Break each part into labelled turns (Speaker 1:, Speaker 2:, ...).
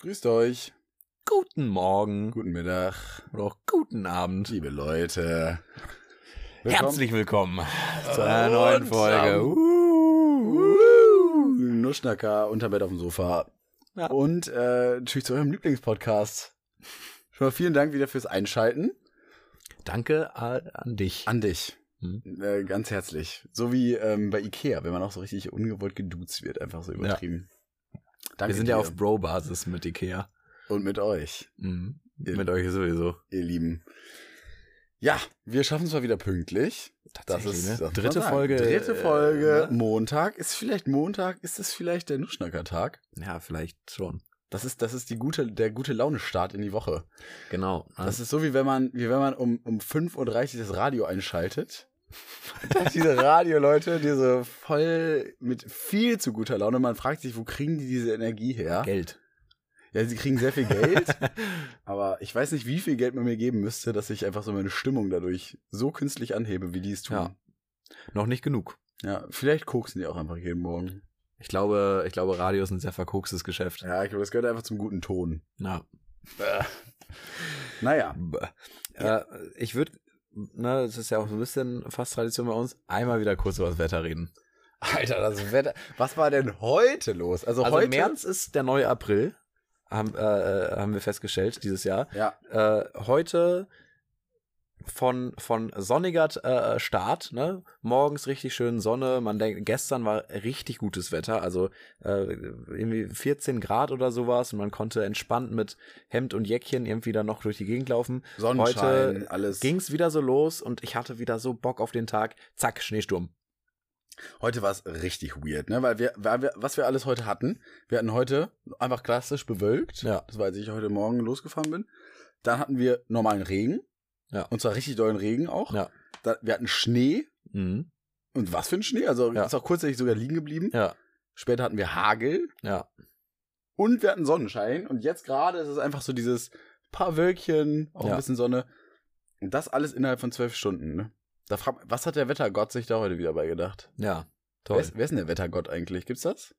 Speaker 1: Grüßt euch.
Speaker 2: Guten Morgen
Speaker 1: Guten Mittag,
Speaker 2: oder auch guten Abend.
Speaker 1: liebe Leute.
Speaker 2: Herzlich willkommen zu einer
Speaker 1: Äh, Und
Speaker 2: neuen Folge.
Speaker 1: am-
Speaker 2: Uh,
Speaker 1: Nuschnacker, Unterbett auf dem Sofa.
Speaker 2: Ja.
Speaker 1: Und äh, natürlich zu eurem Lieblingspodcast. Schon mal vielen Dank wieder fürs Einschalten.
Speaker 2: Danke a- an dich.
Speaker 1: An dich.
Speaker 2: Hm.
Speaker 1: Äh, ganz herzlich. So wie ähm, bei Ikea, wenn man auch so richtig ungewollt geduzt wird, einfach so übertrieben. Danke
Speaker 2: Wir sind ja
Speaker 1: dir.
Speaker 2: auf Bro-Basis mit Ikea.
Speaker 1: Und mit euch,
Speaker 2: Mhm.
Speaker 1: Ja.
Speaker 2: Mit euch sowieso.
Speaker 1: ihr Lieben. Ja, wir schaffen es mal wieder pünktlich. Das ist das muss man
Speaker 2: ne? dritte
Speaker 1: sagen.
Speaker 2: Folge.
Speaker 1: Dritte Folge.
Speaker 2: äh, ne?
Speaker 1: Montag ist vielleicht Montag. Ist es vielleicht der Nuschnacker-Tag?
Speaker 2: Ja, vielleicht schon.
Speaker 1: Das ist das ist die gute der gute Laune-Start in die Woche.
Speaker 2: Genau.
Speaker 1: Das ist so wie wenn man wie wenn man um um 5:30 Uhr das Radio einschaltet. Dass diese Radioleute, die so voll mit viel zu guter Laune, man fragt sich, wo kriegen die diese Energie her?
Speaker 2: Geld.
Speaker 1: Ja, sie kriegen sehr viel Geld, aber ich weiß nicht, wie viel Geld man mir geben müsste, dass ich einfach so meine Stimmung dadurch so künstlich anhebe, wie die es tun.
Speaker 2: Ja. Noch nicht genug.
Speaker 1: Ja, vielleicht koksen die auch einfach jeden Morgen.
Speaker 2: Ich glaube, ich glaube, Radio ist ein sehr verkokstes Geschäft.
Speaker 1: Ja, ich glaube, das gehört einfach zum guten Ton.
Speaker 2: Na,
Speaker 1: Naja,
Speaker 2: Bäh. Äh, ich würde, ne, es ist ja auch so ein bisschen fast Tradition bei uns, einmal wieder kurz über das Wetter reden.
Speaker 1: Alter, das Wetter. Was war denn heute los? Also,
Speaker 2: Also
Speaker 1: heute.
Speaker 2: März ist der neue April, haben, äh, äh, haben wir festgestellt dieses Jahr.
Speaker 1: Ja,
Speaker 2: Äh, heute von, von sonniger äh, Start, ne? morgens richtig schön Sonne, man denkt, gestern war richtig gutes Wetter, also äh, irgendwie 14 Grad oder sowas und man konnte entspannt mit Hemd und Jäckchen irgendwie dann noch durch die Gegend laufen.
Speaker 1: Sonnenschein,
Speaker 2: Heute
Speaker 1: alles.
Speaker 2: ging es wieder so los und ich hatte wieder so Bock auf den Tag. Zack, Schneesturm.
Speaker 1: Heute war es richtig weird, ne? Weil wir, weil wir, was wir alles heute hatten, wir hatten heute einfach klassisch bewölkt.
Speaker 2: Ja.
Speaker 1: Das war, als ich heute Morgen losgefahren bin. Dann hatten wir normalen Regen.
Speaker 2: Ja.
Speaker 1: Und zwar richtig dollen Regen auch.
Speaker 2: Ja.
Speaker 1: Da, wir hatten Schnee.
Speaker 2: Mhm.
Speaker 1: Und was für ein Schnee? Also
Speaker 2: Ja.
Speaker 1: ist auch kurzzeitig sogar liegen geblieben.
Speaker 2: Ja,
Speaker 1: Später hatten wir Hagel.
Speaker 2: ja.
Speaker 1: Und wir hatten Sonnenschein. Und jetzt gerade ist es einfach so dieses paar Wölkchen, auch
Speaker 2: Ja.
Speaker 1: ein bisschen Sonne. Und das alles innerhalb von zwölf Stunden. Ne? Da fragt, was hat der Wettergott sich da heute wieder bei gedacht? Wer
Speaker 2: Ja, toll.
Speaker 1: ist, wer ist denn der Wettergott eigentlich? Gibt's das?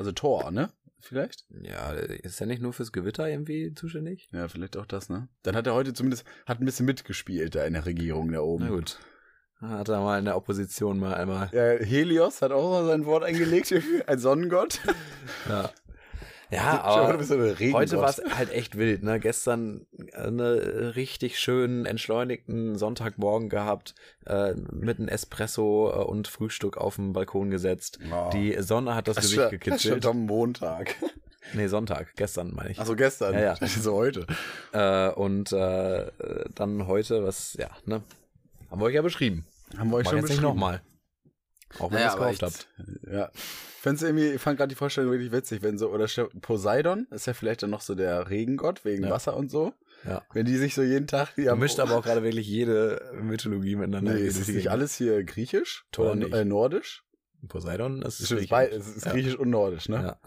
Speaker 1: Also Thor, ne? Vielleicht?
Speaker 2: Ja, ist er nicht nur fürs Gewitter irgendwie zuständig?
Speaker 1: Ja, vielleicht auch das, ne? Dann hat er heute zumindest hat ein bisschen mitgespielt da in der Regierung da oben.
Speaker 2: Na gut. Hat er mal in der Opposition mal einmal.
Speaker 1: Äh, Helios hat auch mal sein Wort eingelegt als Sonnengott.
Speaker 2: Ja, ja
Speaker 1: Schon mal ein
Speaker 2: Ah, aber
Speaker 1: bisschen Regengott.
Speaker 2: heute war es halt echt wild. Ne? Gestern einen richtig schönen, entschleunigten Sonntagmorgen gehabt, äh, mit einem Espresso äh, und Frühstück auf dem Balkon gesetzt.
Speaker 1: Oh.
Speaker 2: Die Sonne hat das,
Speaker 1: das ist
Speaker 2: Gesicht
Speaker 1: schon- das ist schon
Speaker 2: gekitzelt.
Speaker 1: am Montag.
Speaker 2: Nee, Sonntag, gestern meine ich.
Speaker 1: Achso, gestern.
Speaker 2: Ja, ja.
Speaker 1: Das ist so heute.
Speaker 2: Äh, und äh, dann heute, was, ja, ne? Haben wir euch ja beschrieben.
Speaker 1: Haben wir euch
Speaker 2: Mach
Speaker 1: schon
Speaker 2: jetzt nicht
Speaker 1: beschrieben.
Speaker 2: nochmal. Auch wenn ihr es
Speaker 1: aber
Speaker 2: gekauft habt.
Speaker 1: echt, Ja. Fänd's irgendwie, ich fand gerade die Vorstellung wirklich witzig, wenn so, oder stell- Poseidon ist ja vielleicht dann noch so der Regengott wegen
Speaker 2: Ja.
Speaker 1: Wasser und so.
Speaker 2: Ja.
Speaker 1: Wenn die sich so jeden Tag, die
Speaker 2: Ihr
Speaker 1: haben-
Speaker 2: mischt aber auch gerade wirklich jede Mythologie miteinander.
Speaker 1: Nee, ist
Speaker 2: Jedes
Speaker 1: es
Speaker 2: Ding.
Speaker 1: nicht alles hier griechisch?
Speaker 2: Thor
Speaker 1: Oder
Speaker 2: nicht.
Speaker 1: Äh, nordisch?
Speaker 2: Poseidon, das
Speaker 1: Es ist,
Speaker 2: ist
Speaker 1: griechisch.
Speaker 2: richtig.
Speaker 1: Bei, es ist
Speaker 2: Ja.
Speaker 1: griechisch und nordisch, ne?
Speaker 2: Ja.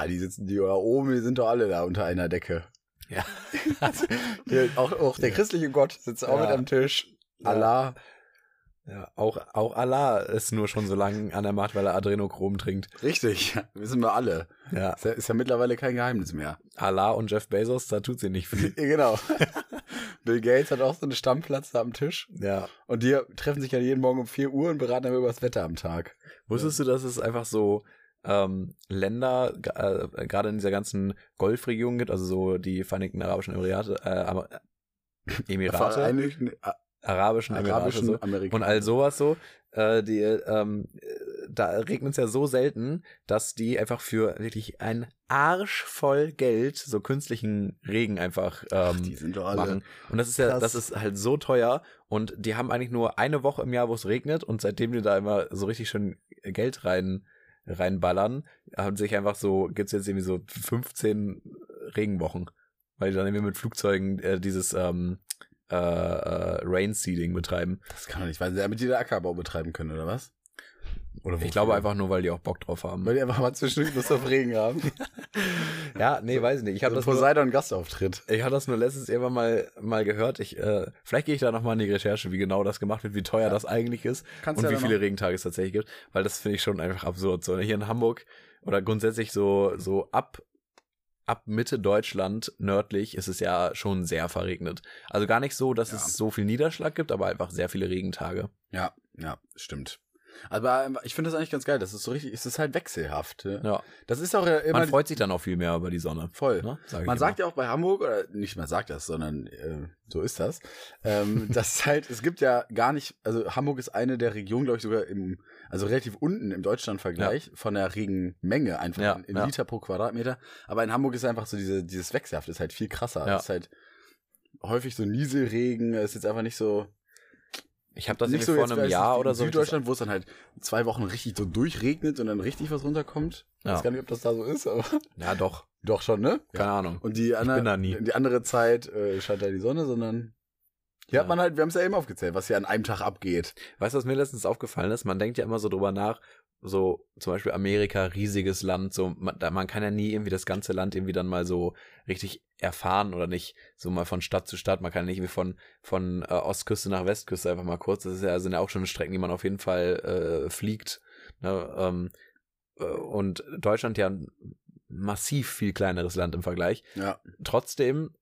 Speaker 1: Ja, die sitzen, die da oben, die sind doch alle da unter einer Decke.
Speaker 2: Ja.
Speaker 1: Hier, auch, auch der
Speaker 2: Ja.
Speaker 1: christliche Gott sitzt auch
Speaker 2: Ja.
Speaker 1: mit am Tisch.
Speaker 2: Ja.
Speaker 1: Allah.
Speaker 2: ja. Auch, auch Allah ist nur schon so lange an der Macht, weil er Adrenochrom trinkt.
Speaker 1: Richtig, wissen wir alle.
Speaker 2: Ja.
Speaker 1: Ist ja, ist ja mittlerweile kein Geheimnis mehr.
Speaker 2: Allah und Jeff Bezos, da tut sie nicht
Speaker 1: Ja,
Speaker 2: viel.
Speaker 1: genau. Bill Gates hat auch so eine Stammplatz da am Tisch.
Speaker 2: ja.
Speaker 1: Und die treffen sich ja jeden Morgen um 4 Uhr und beraten dann über das Wetter am Tag.
Speaker 2: Wusstest du, dass es einfach so ähm, Länder, g- äh, gerade in dieser ganzen Golfregion gibt, also so die Vereinigten Arabischen Emirate, äh, Ama- Emirate,
Speaker 1: Vereinigten
Speaker 2: Arabischen Emirate,
Speaker 1: Arabischen
Speaker 2: so.
Speaker 1: Amerika.
Speaker 2: und all sowas so, äh, die, ähm, äh, da regnet es ja so selten, dass die einfach für wirklich einen Arsch voll Geld so künstlichen Regen einfach
Speaker 1: die
Speaker 2: ähm,
Speaker 1: sind doch alle.
Speaker 2: machen. Und das ist ja,
Speaker 1: Krass.
Speaker 2: das ist halt so teuer und die haben eigentlich nur eine Woche im Jahr, wo es regnet und seitdem die da immer so richtig schön Geld rein reinballern, haben sich einfach so, gibt's jetzt irgendwie so 15 Regenwochen, weil die dann irgendwie mit Flugzeugen äh, dieses ähm, äh, äh, Rain Seeding betreiben.
Speaker 1: Das kann doch nicht sein, damit die da Ackerbau betreiben können, oder was? Oder
Speaker 2: Ich glaube einfach nur, weil die auch Bock drauf haben.
Speaker 1: Weil die einfach mal zwischendurch Lust auf Regen haben. Also
Speaker 2: ja, nee, weiß ich nicht. Ich habe
Speaker 1: so
Speaker 2: das, nur-
Speaker 1: Poseidon-Gastauftritt.
Speaker 2: Also ich hab das nur letztens irgendwann mal, mal gehört. Ich, äh, vielleicht gehe ich da nochmal in die Recherche, wie genau das gemacht wird, wie teuer das eigentlich ist
Speaker 1: Kannst
Speaker 2: und
Speaker 1: ja
Speaker 2: wie
Speaker 1: dann
Speaker 2: viele
Speaker 1: noch-
Speaker 2: Regentage es tatsächlich gibt, ne, weil das finde ich schon einfach absurd. So, hier in Hamburg oder grundsätzlich so, so ab ab Mitte Deutschland nördlich ist es ja schon sehr verregnet. Also gar nicht so, dass
Speaker 1: Ja.
Speaker 2: es so viel Niederschlag gibt, aber einfach sehr viele Regentage.
Speaker 1: Ja, ja, stimmt. Aber ähm, ich finde das eigentlich ganz geil. Das ist so richtig, es ist halt wechselhaft. ne?
Speaker 2: Ja.
Speaker 1: Das ist auch ja immer
Speaker 2: Man freut sich dann auch viel mehr über die Sonne.
Speaker 1: voll.
Speaker 2: Ne? Sag ich
Speaker 1: Man
Speaker 2: immer.
Speaker 1: sagt ja auch bei Hamburg, oder nicht man sagt das, sondern äh, so ist das, ähm, dass halt, es gibt ja gar nicht, also Hamburg ist eine der Regionen, glaube ich, sogar im, also relativ unten im Deutschland-Vergleich von der Regenmenge einfach
Speaker 2: Ja,
Speaker 1: in, in
Speaker 2: ja.
Speaker 1: Liter pro Quadratmeter. Aber in Hamburg ist einfach so diese, dieses Wechselhaft, ist halt viel krasser.
Speaker 2: Ja.
Speaker 1: Es ist halt häufig so Nieselregen, es ist jetzt einfach nicht so,
Speaker 2: ich habe das
Speaker 1: nicht
Speaker 2: irgendwie
Speaker 1: so
Speaker 2: vor
Speaker 1: jetzt
Speaker 2: einem
Speaker 1: vielleicht nicht
Speaker 2: Jahr
Speaker 1: wie
Speaker 2: oder
Speaker 1: in
Speaker 2: so. hab ich das-
Speaker 1: Süddeutschland, wo es dann halt zwei Wochen richtig so durchregnet und dann richtig was runterkommt. Ich
Speaker 2: Ja.
Speaker 1: weiß gar nicht, ob das da so ist, aber
Speaker 2: Ja, doch.
Speaker 1: doch schon, ne?
Speaker 2: Keine Ahnung.
Speaker 1: Und die andere,
Speaker 2: bin da nie.
Speaker 1: die andere Zeit äh, scheint da die Sonne, sondern hier
Speaker 2: Ja.
Speaker 1: hat man halt, wir haben es ja eben aufgezählt, was hier an einem Tag abgeht.
Speaker 2: Weißt du, was mir letztens aufgefallen ist? Man denkt ja immer so drüber nach, so zum Beispiel Amerika, riesiges Land, so man, da, man kann ja nie irgendwie das ganze Land irgendwie dann mal so richtig erfahren oder nicht, so mal von Stadt zu Stadt. Man kann ja nicht irgendwie von, von äh, Ostküste nach Westküste einfach mal kurz. Das ist ja, also sind ja auch schon Strecken, die man auf jeden Fall äh, fliegt. Ne? Ähm, äh, und Deutschland ja ein massiv viel kleineres Land im Vergleich
Speaker 1: Ja.
Speaker 2: trotzdem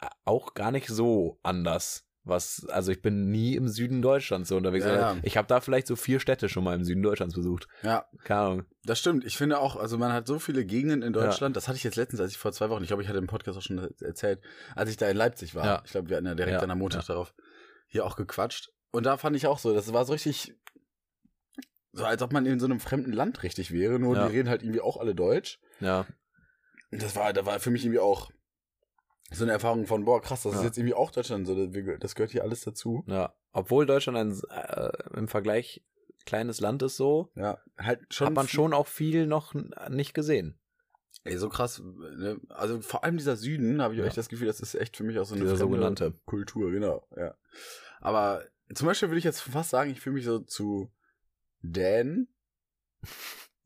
Speaker 2: äh, auch gar nicht so anders. Was, also ich bin nie im Süden Deutschlands so unterwegs.
Speaker 1: Ja, ja.
Speaker 2: Ich habe da vielleicht so vier Städte schon mal im Süden Deutschlands besucht.
Speaker 1: Ja,
Speaker 2: Keine Ahnung.
Speaker 1: das stimmt. Ich finde auch, also man hat so viele Gegenden in
Speaker 2: Ja.
Speaker 1: Deutschland, das hatte ich jetzt letztens, als ich vor zwei Wochen, ich glaube, ich hatte im Podcast auch schon erzählt, als ich da in Leipzig war.
Speaker 2: Ja.
Speaker 1: Ich glaube, wir hatten ja direkt
Speaker 2: Ja,
Speaker 1: dann am Montag darauf hier auch gequatscht. Und da fand ich auch so, das war so richtig, so als ob man in so einem fremden Land richtig wäre, nur
Speaker 2: Ja.
Speaker 1: die reden halt irgendwie auch alle Deutsch.
Speaker 2: Ja,
Speaker 1: Und das war, da war für mich irgendwie auch so eine Erfahrung von, boah, krass, das ist
Speaker 2: Ja.
Speaker 1: jetzt irgendwie auch Deutschland, so, das- wir- das gehört hier alles dazu.
Speaker 2: ja. Obwohl Deutschland ein, äh, im Vergleich kleines Land ist so,
Speaker 1: Ja, halt schon.
Speaker 2: hat man
Speaker 1: viel-
Speaker 2: schon auch viel noch n- nicht gesehen.
Speaker 1: Ey, so krass, ne? Also vor allem dieser Süden, habe ich
Speaker 2: Ja.
Speaker 1: echt das Gefühl, das ist echt für mich auch so eine
Speaker 2: Dieser
Speaker 1: fremde
Speaker 2: sogenannte.
Speaker 1: Kultur, genau, ja. Aber zum Beispiel würde ich jetzt fast sagen, ich fühle mich so zu Dänen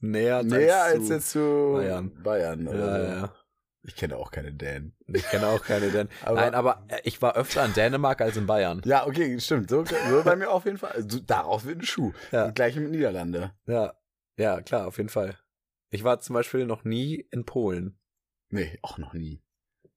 Speaker 2: Näher,
Speaker 1: näher als, jetzt zu
Speaker 2: Bayern.
Speaker 1: Bayern
Speaker 2: Ja,
Speaker 1: oder so.
Speaker 2: ja. ja.
Speaker 1: Ich kenne auch keine Dänen.
Speaker 2: Ich kenne auch keine Dänen.
Speaker 1: Aber-
Speaker 2: Nein, aber äh, ich war öfter in Dänemark als in Bayern.
Speaker 1: Ja, okay, stimmt. So, so bei mir auf jeden Fall. Also, daraus wird ein Schuh.
Speaker 2: Ja.
Speaker 1: Das Gleiche mit Niederlande.
Speaker 2: Ja, ja, klar, auf jeden Fall. Ich war zum Beispiel noch nie in Polen.
Speaker 1: Nee, auch noch nie.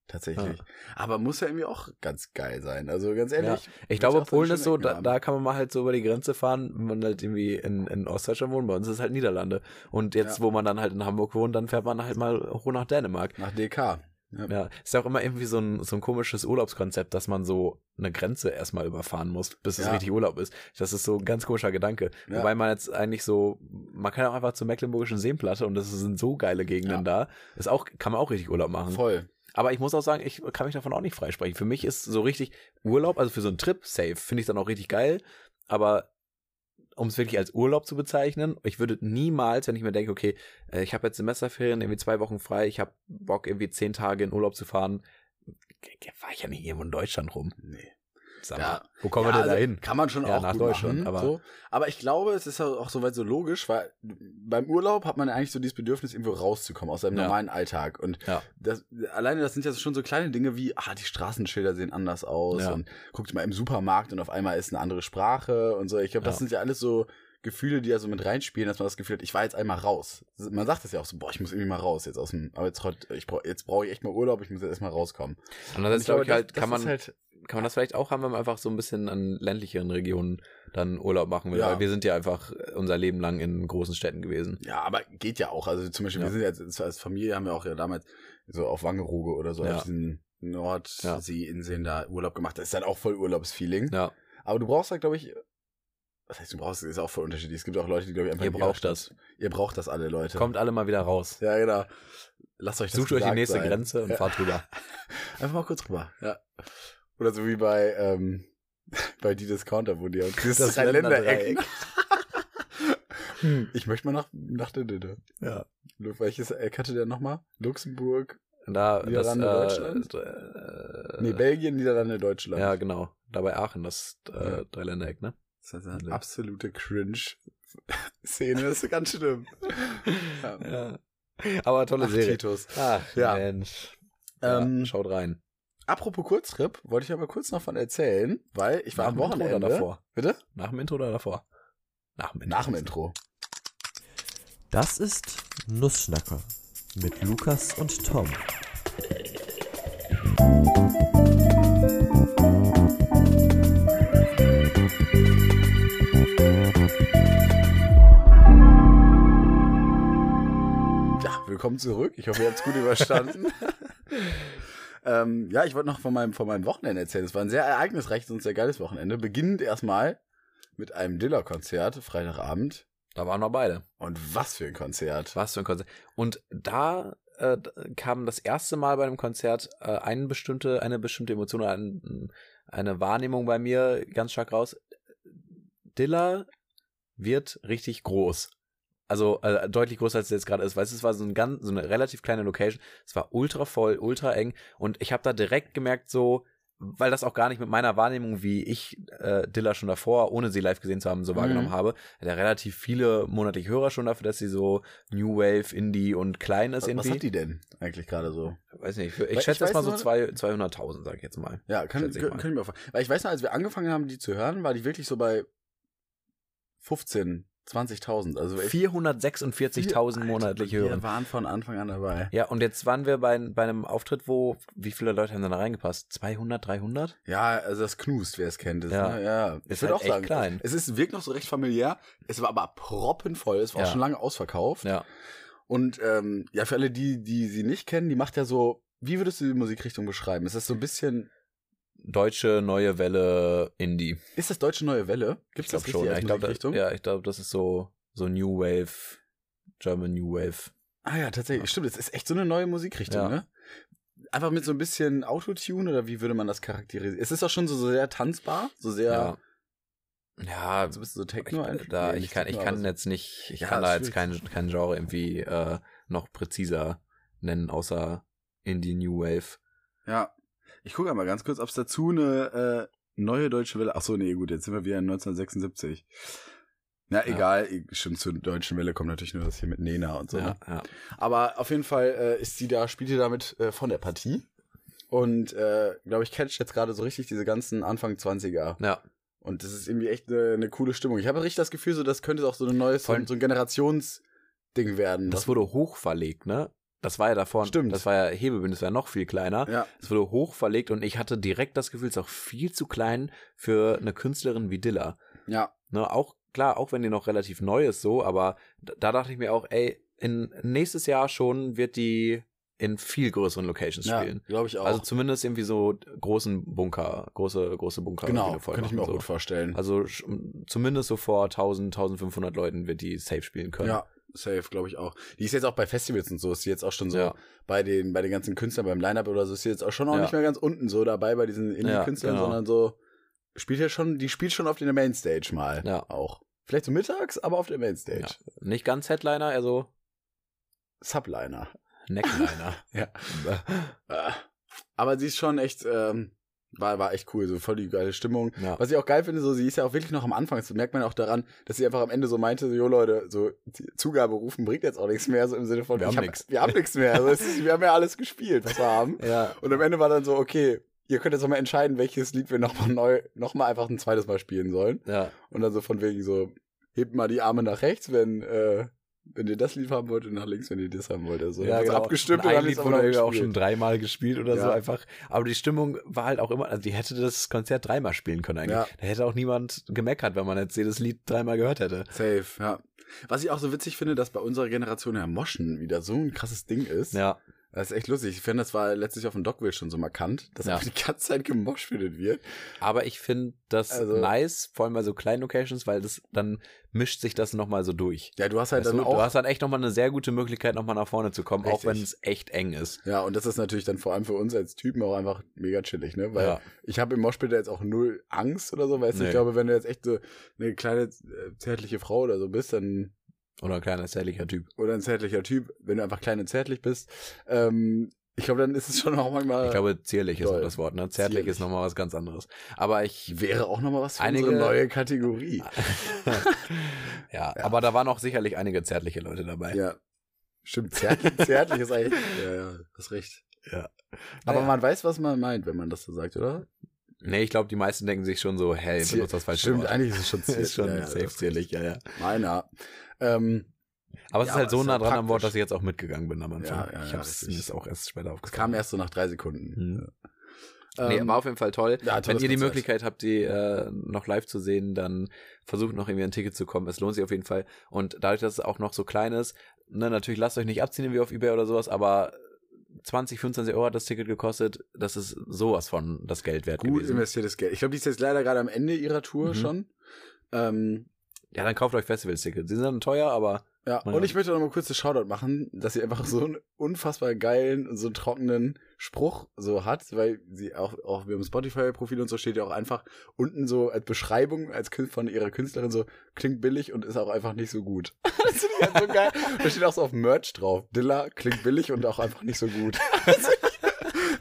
Speaker 1: Tatsächlich. Aber muss ja irgendwie auch ganz geil sein. Also ganz ehrlich.
Speaker 2: Ich
Speaker 1: Wird
Speaker 2: glaube,
Speaker 1: auch seine
Speaker 2: Polen ist so,
Speaker 1: schönen Ecken
Speaker 2: da,
Speaker 1: haben.
Speaker 2: da kann man mal halt so über die Grenze fahren, wenn man halt irgendwie in, in Ostdeutschland wohnt. Bei uns ist es halt Niederlande. Und jetzt,
Speaker 1: Ja.
Speaker 2: wo man dann halt in Hamburg wohnt, dann fährt man halt mal hoch nach Dänemark.
Speaker 1: Nach DK.
Speaker 2: Ja, ist ja auch immer irgendwie so ein, so ein komisches Urlaubskonzept, dass man so eine Grenze erstmal überfahren muss, bis es
Speaker 1: Ja.
Speaker 2: richtig Urlaub ist. Das ist so ein ganz komischer Gedanke.
Speaker 1: Ja.
Speaker 2: Wobei man jetzt eigentlich so, man kann auch einfach zur Mecklenburgischen Seenplatte und das sind so geile Gegenden da. Ist auch, kann man auch richtig Urlaub machen.
Speaker 1: Voll.
Speaker 2: Aber ich muss auch sagen, ich kann mich davon auch nicht freisprechen. Für mich ist so richtig Urlaub, also für so einen Trip safe, finde ich dann auch richtig geil. Aber um es wirklich als Urlaub zu bezeichnen, ich würde niemals, wenn ich mir denke, okay, äh, ich habe jetzt Semesterferien, irgendwie zwei Wochen frei, ich habe Bock, irgendwie zehn Tage in Urlaub zu fahren, ge- ge- war ich ja nicht irgendwo in Deutschland rum.
Speaker 1: Nee.
Speaker 2: Sag
Speaker 1: Ja.
Speaker 2: mal, Wo kommen
Speaker 1: Ja,
Speaker 2: wir denn da
Speaker 1: also
Speaker 2: hin?
Speaker 1: Kann man schon
Speaker 2: Ja,
Speaker 1: auch
Speaker 2: nach
Speaker 1: gut
Speaker 2: Deutschland,
Speaker 1: machen,
Speaker 2: aber-
Speaker 1: so. aber ich glaube, es ist ja auch soweit so logisch, weil beim Urlaub hat man ja eigentlich so dieses Bedürfnis, irgendwo rauszukommen aus seinem
Speaker 2: Ja.
Speaker 1: normalen Alltag. Und
Speaker 2: Ja.
Speaker 1: das, alleine das sind ja schon so kleine Dinge wie, ah, die Straßenschilder sehen anders aus
Speaker 2: Ja.
Speaker 1: und guckt mal im Supermarkt und auf einmal ist eine andere Sprache und so. Ich glaube, das
Speaker 2: Ja.
Speaker 1: sind ja alles so Gefühle, die ja so mit reinspielen, dass man das Gefühl hat, ich war jetzt einmal raus. Man sagt das ja auch so, boah, ich muss irgendwie mal raus jetzt aus dem, aber jetzt, brauch- ich brauch, jetzt brauche ich echt mal Urlaub, ich muss jetzt erstmal rauskommen.
Speaker 2: Andererseits
Speaker 1: Ich glaube,
Speaker 2: glaube ich halt,
Speaker 1: das- das
Speaker 2: kann man,
Speaker 1: ist halt-
Speaker 2: kann man das vielleicht auch haben, wenn man einfach so ein bisschen an ländlicheren Regionen dann Urlaub machen will.
Speaker 1: Ja.
Speaker 2: Weil wir sind ja einfach unser Leben lang in großen Städten gewesen.
Speaker 1: Ja, aber geht ja auch. Also zum Beispiel,
Speaker 2: Ja.
Speaker 1: wir sind ja jetzt als Familie, haben wir auch ja damals so auf Wangerooge oder so
Speaker 2: Ja.
Speaker 1: auf diesen Nordseeinseln da Urlaub gemacht. Das ist dann auch voll Urlaubsfeeling.
Speaker 2: Ja,
Speaker 1: Aber du brauchst da, glaube ich, was heißt, du brauchst, ist auch voll unterschiedlich. Es gibt auch Leute, die, glaube ich, einfach...
Speaker 2: ihr braucht das.
Speaker 1: Ihr braucht das alle, Leute.
Speaker 2: Kommt alle mal wieder raus.
Speaker 1: Ja, genau. Lasst euch das
Speaker 2: Sucht euch die
Speaker 1: gesagt
Speaker 2: nächste
Speaker 1: sein.
Speaker 2: Grenze und
Speaker 1: Ja.
Speaker 2: fahrt rüber.
Speaker 1: Einfach mal kurz rüber, ja. Oder so wie bei, ähm, bei die Discounter, wo die haben dieses
Speaker 2: Das
Speaker 1: Dreiländereck.
Speaker 2: Länderdreieck.
Speaker 1: Hm, ich möchte mal nach, nach der Dünne.
Speaker 2: Ja.
Speaker 1: Welches Eck hatte der nochmal? Luxemburg,
Speaker 2: Und Da, das,
Speaker 1: Niederlande, Deutschland?
Speaker 2: äh, äh,
Speaker 1: nee, Belgien, Niederlande, Deutschland.
Speaker 2: ja, genau. Da bei Aachen, das äh,
Speaker 1: Ja.
Speaker 2: Dreiländereck, ne?
Speaker 1: Das ist eine absolute Cringe-Szene, das ist ganz schlimm. Ja.
Speaker 2: Ja. Aber tolle
Speaker 1: Ach,
Speaker 2: Serie.
Speaker 1: Titus.
Speaker 2: Ach,
Speaker 1: Ja.
Speaker 2: Mensch.
Speaker 1: Ähm,
Speaker 2: ja, schaut rein.
Speaker 1: Apropos Kurztrip, wollte ich aber kurz noch von erzählen, weil ich war am
Speaker 2: Nach dem Intro
Speaker 1: Wochenende.
Speaker 2: Oder davor?
Speaker 1: Bitte?
Speaker 2: Nach dem Intro oder davor? Nach dem Intro.
Speaker 1: Nach dem Intro.
Speaker 3: Das ist Nussschnacker, mit Lukas und Tom.
Speaker 1: Ja, willkommen zurück. Ich hoffe, ihr habt es gut überstanden. ähm, ja, ich wollte noch von meinem, von meinem Wochenende erzählen. Es war ein sehr ereignisreiches und sehr geiles Wochenende. Beginnend erstmal mit einem Diller-Konzert, Freitagabend.
Speaker 2: Da waren wir beide.
Speaker 1: Und was für ein Konzert.
Speaker 2: Was für ein Konzert. Und da äh, kam das erste Mal bei einem Konzert äh, eine bestimmte, eine bestimmte Emotion, oder ein, eine Wahrnehmung bei mir ganz stark raus. Dilla wird richtig groß. Also äh, deutlich größer, als es jetzt gerade ist. Weißt du, es war so, ein ganz, so eine relativ kleine Location. Es war ultra voll, ultra eng. Und ich habe da direkt gemerkt, so, weil das auch gar nicht mit meiner Wahrnehmung, wie ich äh, Dilla schon davor, ohne sie live gesehen zu haben, so wahrgenommen
Speaker 1: Mhm.
Speaker 2: habe. Hat ja relativ viele monatliche Hörer schon dafür, dass sie so New Wave, Indie und klein
Speaker 1: Was,
Speaker 2: ist
Speaker 1: was
Speaker 2: irgendwie.
Speaker 1: hat die denn eigentlich gerade so?
Speaker 2: Weiß nicht, ich,
Speaker 1: ich weiß
Speaker 2: schätze jetzt mal so
Speaker 1: nur-
Speaker 2: zwei- 200.000, sag ich jetzt mal.
Speaker 1: Ja, kann,
Speaker 2: Schätze ich
Speaker 1: können
Speaker 2: mal.
Speaker 1: können wir auch. Weil ich weiß noch, als wir angefangen haben, die zu hören, war die wirklich so bei 15, 20.000. Also echt-
Speaker 2: 446.000
Speaker 1: Alter,
Speaker 2: monatliche
Speaker 1: wir
Speaker 2: Hörer.
Speaker 1: waren von Anfang an dabei.
Speaker 2: Ja, und jetzt waren wir bei, bei einem Auftritt, wo, wie viele Leute haben da reingepasst? 200, 300?
Speaker 1: Ja, also das knust, wer es kennt. Das,
Speaker 2: Ja.
Speaker 1: ne? ja. ich
Speaker 2: Ist
Speaker 1: würd
Speaker 2: halt echt klein.
Speaker 1: Es ist, wirkt noch so recht familiär. Es war aber proppenvoll. Es war
Speaker 2: Ja.
Speaker 1: auch schon lange ausverkauft.
Speaker 2: Ja.
Speaker 1: Und ähm, ja, für alle, die, die sie nicht kennen, die macht ja so, wie würdest du die Musikrichtung beschreiben? Ist das so ein bisschen,
Speaker 2: Deutsche neue Welle Indie.
Speaker 1: ist das deutsche neue Welle? Gibt's
Speaker 2: ich glaube
Speaker 1: das
Speaker 2: schon.
Speaker 1: richtig Also
Speaker 2: Ja,
Speaker 1: als
Speaker 2: ich glaube,
Speaker 1: Musikrichtung?
Speaker 2: das, ja, ich glaub, das ist so, so New Wave, German New Wave.
Speaker 1: Ah ja, tatsächlich. Stimmt, es ist echt so eine neue Musikrichtung,
Speaker 2: Ja.
Speaker 1: ne? Einfach mit so ein bisschen Autotune oder wie würde man das charakterisieren? Es ist auch schon so so sehr tanzbar, so sehr,
Speaker 2: Ja. Ja,
Speaker 1: so ein bisschen so
Speaker 2: ich, äh,
Speaker 1: Techno. einfach.
Speaker 2: da,
Speaker 1: Nee,
Speaker 2: ich
Speaker 1: nicht
Speaker 2: kann, ich
Speaker 1: Techno,
Speaker 2: kann
Speaker 1: aber
Speaker 2: jetzt nicht, ich
Speaker 1: Ja,
Speaker 2: kann
Speaker 1: ist
Speaker 2: da jetzt kein, kein Genre irgendwie äh, noch präziser nennen, außer Indie New Wave.
Speaker 1: so- Ja. Ich gucke mal ganz kurz, ob es dazu eine äh, neue deutsche Welle. Ach so, nee, gut, jetzt sind wir wieder in 1976. Na,
Speaker 2: Ja.
Speaker 1: egal, stimmt, zur deutschen Welle kommt natürlich nur das hier mit Nena und so. Ne?
Speaker 2: Ja, ja.
Speaker 1: Aber auf jeden Fall äh, ist die da, spielt die damit äh, von der Partie. Und äh, glaube ich, catcht jetzt gerade so richtig diese ganzen Anfang 20er.
Speaker 2: ja.
Speaker 1: Und das ist irgendwie echt eine, eine coole Stimmung. Ich habe richtig das Gefühl, so das könnte auch so ein neues, so
Speaker 2: Voll.
Speaker 1: ein so ein Generationsding werden.
Speaker 2: Das wurde hoch verlegt, ne? Das war ja davor,
Speaker 1: Stimmt.
Speaker 2: das war ja Hebebündnis, war ja noch viel kleiner.
Speaker 1: ja.
Speaker 2: Es wurde hoch verlegt und ich hatte direkt das Gefühl, es ist auch viel zu klein für eine Künstlerin wie Dilla.
Speaker 1: Ja.
Speaker 2: Ne, auch klar, auch wenn die noch relativ neu ist, so, aber da, da dachte ich mir auch, ey, in nächstes Jahr schon wird die in viel größeren Locations
Speaker 1: ja
Speaker 2: spielen.
Speaker 1: glaube ich auch.
Speaker 2: Also zumindest irgendwie so großen Bunker, große, große Bunker.
Speaker 1: genau,
Speaker 2: die voll
Speaker 1: könnte ich mir auch
Speaker 2: machen,
Speaker 1: gut
Speaker 2: so.
Speaker 1: vorstellen.
Speaker 2: Also sch- zumindest so vor 1000, 1500 Leuten wird die safe spielen können.
Speaker 1: ja, safe, glaube ich auch. Die ist jetzt auch bei Festivals und so, ist die jetzt auch schon so
Speaker 2: Ja.
Speaker 1: bei den bei den ganzen Künstlern beim Line-Up oder so, ist die jetzt auch schon auch
Speaker 2: Ja.
Speaker 1: nicht mehr ganz unten so dabei bei diesen Indie-Künstlern,
Speaker 2: genau.
Speaker 1: sondern so spielt ja schon, die spielt schon auf der Mainstage mal
Speaker 2: Ja.
Speaker 1: auch. Vielleicht so mittags, aber auf der Mainstage.
Speaker 2: Nicht ganz Headliner, also
Speaker 1: Subliner.
Speaker 2: Neckliner.
Speaker 1: Ja. Äh, Aber sie ist schon echt, ähm, war, war echt cool, so voll die geile Stimmung.
Speaker 2: ja.
Speaker 1: Was ich auch geil finde, so, sie ist ja auch wirklich noch am Anfang. Das merkt man auch daran, dass sie einfach am Ende so meinte, so, jo Leute, so die Zugabe rufen bringt jetzt auch nichts mehr, so im Sinne von,
Speaker 2: Wir haben
Speaker 1: ich hab-
Speaker 2: nix.
Speaker 1: Wir haben nichts mehr. Also, es ist, wir haben ja alles gespielt, was wir haben.
Speaker 2: ja.
Speaker 1: Und am Ende war dann so, okay, ihr könnt jetzt nochmal entscheiden, welches Lied wir nochmal neu, nochmal einfach ein zweites Mal spielen sollen.
Speaker 2: Ja.
Speaker 1: Und dann so von wegen so, hebt mal die Arme nach rechts, wenn, äh, wenn ihr das Lied haben wollt und nach links, wenn ihr das haben wollt. Also dann wird's abgestimmt
Speaker 2: genau. und
Speaker 1: dann
Speaker 2: ein
Speaker 1: wird's
Speaker 2: Lied
Speaker 1: aber
Speaker 2: wurde
Speaker 1: noch
Speaker 2: irgendwie auch
Speaker 1: gespielt.
Speaker 2: schon dreimal gespielt oder
Speaker 1: Ja.
Speaker 2: so einfach. Aber die Stimmung war halt auch immer, also die hätte das Konzert dreimal spielen können eigentlich.
Speaker 1: Ja.
Speaker 2: Da hätte auch niemand gemeckert, wenn man jetzt jedes Lied dreimal gehört hätte.
Speaker 1: Safe, ja. Was ich auch so witzig finde, dass bei unserer Generation ja Moschen wieder so ein krasses Ding ist.
Speaker 2: Ja,
Speaker 1: Das ist echt lustig. Ich finde, das war letztlich auf dem Dockville schon so markant, dass
Speaker 2: Ja.
Speaker 1: auch die ganze Zeit gemoscht findet wird.
Speaker 2: aber ich finde das
Speaker 1: Also-
Speaker 2: nice, vor allem bei so kleinen Locations, weil das dann mischt sich das nochmal so durch.
Speaker 1: Ja, du hast halt
Speaker 2: Weißt
Speaker 1: dann
Speaker 2: du,
Speaker 1: auch.
Speaker 2: du hast dann echt nochmal eine sehr gute Möglichkeit, nochmal nach vorne zu kommen, auch
Speaker 1: Richtig.
Speaker 2: wenn es echt eng ist.
Speaker 1: ja, und das ist natürlich dann vor allem für uns als Typen auch einfach mega chillig, ne? Weil
Speaker 2: Ja.
Speaker 1: ich habe im Moshpit ja jetzt auch null Angst oder so, weißt du? Ich
Speaker 2: Nee.
Speaker 1: glaube, wenn du jetzt echt so eine kleine äh, zärtliche Frau oder so bist, dann
Speaker 2: Oder ein kleiner zärtlicher Typ.
Speaker 1: oder ein zärtlicher Typ, wenn du einfach klein und zärtlich bist, ähm, ich glaube, dann ist es schon auch manchmal.
Speaker 2: Ich glaube, zierlich ist
Speaker 1: doll.
Speaker 2: noch das Wort, ne? Zärtlich
Speaker 1: Äh, Zierlich.
Speaker 2: ist nochmal was ganz anderes. Aber ich
Speaker 1: wäre auch nochmal was für
Speaker 2: Einige-
Speaker 1: unsere neue Kategorie.
Speaker 2: ja, aber da waren auch sicherlich einige zärtliche Leute dabei.
Speaker 1: Ja. Stimmt, zärtlich, zärtlich ist eigentlich. Ja, ja, hast recht.
Speaker 2: Ja.
Speaker 1: Aber
Speaker 2: Naja.
Speaker 1: man weiß, was man meint, wenn man das so sagt, oder?
Speaker 2: Nee, ich glaube, die meisten denken sich schon so, hey,
Speaker 1: Zier-
Speaker 2: benutzt das falsche
Speaker 1: Stimmt,
Speaker 2: Wort.
Speaker 1: eigentlich ist es schon
Speaker 2: ist schon
Speaker 1: ja, ja,
Speaker 2: safe
Speaker 1: das-
Speaker 2: zierlich, ja, ja.
Speaker 1: Meiner. Ähm,
Speaker 2: Aber es
Speaker 1: Ja,
Speaker 2: ist halt
Speaker 1: aber
Speaker 2: so
Speaker 1: ist
Speaker 2: nah
Speaker 1: ja
Speaker 2: dran am Wort,
Speaker 1: praktisch.
Speaker 2: dass ich jetzt auch mitgegangen bin am Anfang.
Speaker 1: Ja, ja,
Speaker 2: ich
Speaker 1: ja,
Speaker 2: hab's
Speaker 1: richtig.
Speaker 2: mir ist auch erst später
Speaker 1: Es kam
Speaker 2: aufgefallen.
Speaker 1: erst so nach drei Sekunden.
Speaker 2: Mhm.
Speaker 1: Ja.
Speaker 2: nee,
Speaker 1: Ähm,
Speaker 2: war auf jeden Fall toll.
Speaker 1: ja, tolles
Speaker 2: Wenn ihr die
Speaker 1: Konzert.
Speaker 2: Möglichkeit habt, die äh, noch live zu sehen, dann versucht noch irgendwie an ein Ticket zu kommen. Es lohnt sich auf jeden Fall. Und dadurch, dass es auch noch so klein ist, ne, natürlich lasst euch nicht abziehen wie auf Ebay oder sowas, aber 20, 25 Euro hat das Ticket gekostet. Das ist sowas von das Geld wert
Speaker 1: gut
Speaker 2: gewesen.
Speaker 1: investiertes Geld. Ich glaube, die ist jetzt leider gerade am Ende ihrer Tour
Speaker 2: Mhm.
Speaker 1: schon. Ähm,
Speaker 2: Ja, dann kauft euch Festivalstickets. Sie sind dann teuer, aber
Speaker 1: ja,
Speaker 2: Mein
Speaker 1: und
Speaker 2: Gott.
Speaker 1: ich möchte noch mal kurz einen Shoutout machen, dass sie einfach so einen unfassbar geilen und so einen trockenen Spruch so hat, weil sie auch auch im Spotify-Profil und so steht ja auch einfach unten so als Beschreibung als Kün- von ihrer Künstlerin so klingt billig und ist auch einfach nicht so gut. das finde ich halt so geil. Da steht auch so auf Merch drauf. Dilla klingt billig und auch einfach nicht so gut.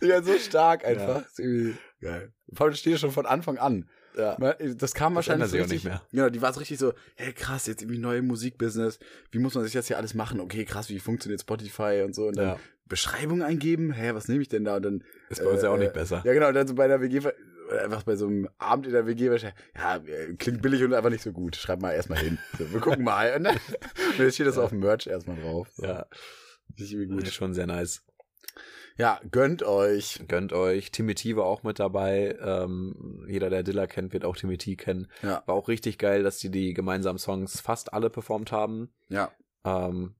Speaker 1: ja, so stark einfach. Ist irgendwie geil. Vor allem steht schon von Anfang an.
Speaker 2: ja.
Speaker 1: Ma- Das kam wahrscheinlich
Speaker 2: ändert sich
Speaker 1: so
Speaker 2: auch nicht
Speaker 1: richtig,
Speaker 2: mehr.
Speaker 1: Genau, die war so richtig so, hey krass, jetzt irgendwie neue Musikbusiness, wie muss man sich das hier alles machen? Okay, krass, wie funktioniert Spotify und so und dann
Speaker 2: Ja.
Speaker 1: Beschreibung eingeben, hä, was nehme ich denn da und dann
Speaker 2: ist bei uns ja auch
Speaker 1: äh,
Speaker 2: nicht besser.
Speaker 1: ja genau, und dann so bei der WG ver- oder einfach bei so einem Abend in der WG wahrscheinlich, ja, äh, klingt billig und einfach nicht so gut. Schreib mal erstmal hin. So, wir gucken mal. Und dann, und jetzt steht das auf dem Merch erstmal drauf. So,
Speaker 2: Ja,
Speaker 1: Nicht irgendwie
Speaker 2: gut.
Speaker 1: gut.
Speaker 2: schon sehr nice.
Speaker 1: Ja, gönnt euch.
Speaker 2: Gönnt euch. Timmy T war auch mit dabei. Ähm, jeder, der Dilla kennt, wird auch Timmy T kennen.
Speaker 1: Ja.
Speaker 2: War auch richtig geil, dass die die gemeinsamen Songs fast alle performt haben.
Speaker 1: Ja,
Speaker 2: Ähm,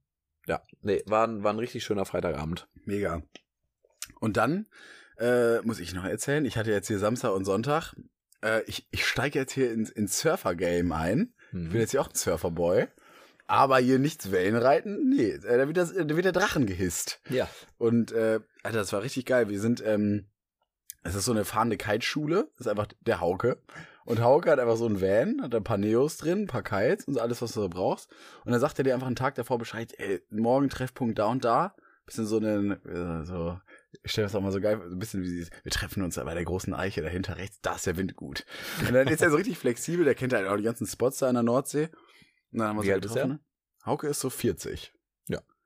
Speaker 2: ja, nee, war, ein- war ein richtig schöner Freitagabend.
Speaker 1: Mega. Und dann äh, muss ich noch erzählen, ich hatte jetzt hier Samstag und Sonntag. Äh, ich ich steige jetzt hier ins, ins Surfer-Game ein.
Speaker 2: Mhm.
Speaker 1: Ich bin jetzt hier auch ein Surferboy. Aber hier nichts Wellenreiten, nee, äh, da wird, das, da wird der Drachen gehisst.
Speaker 2: Ja.
Speaker 1: Und äh, Alter, das war richtig geil. Wir sind, ähm, es ist so eine fahrende Kiteschule, das ist einfach der Hauke. Und Hauke hat einfach so ein Van, hat da ein paar Neos drin, ein paar Kites und so alles, was du da brauchst. Und dann sagt er dir einfach einen Tag davor Bescheid, ey, morgen Treffpunkt da und da. Bisschen so einen, äh, so, ich stelle das auch mal so geil, so ein bisschen wie dieses, wir treffen uns da bei der großen Eiche dahinter rechts, da ist der Wind gut. Und dann ist er so richtig flexibel, der kennt halt auch die ganzen Spots da in der Nordsee. Und dann haben wir
Speaker 2: Wie
Speaker 1: so
Speaker 2: alt ist
Speaker 1: getroffen. Hauke ist so 40.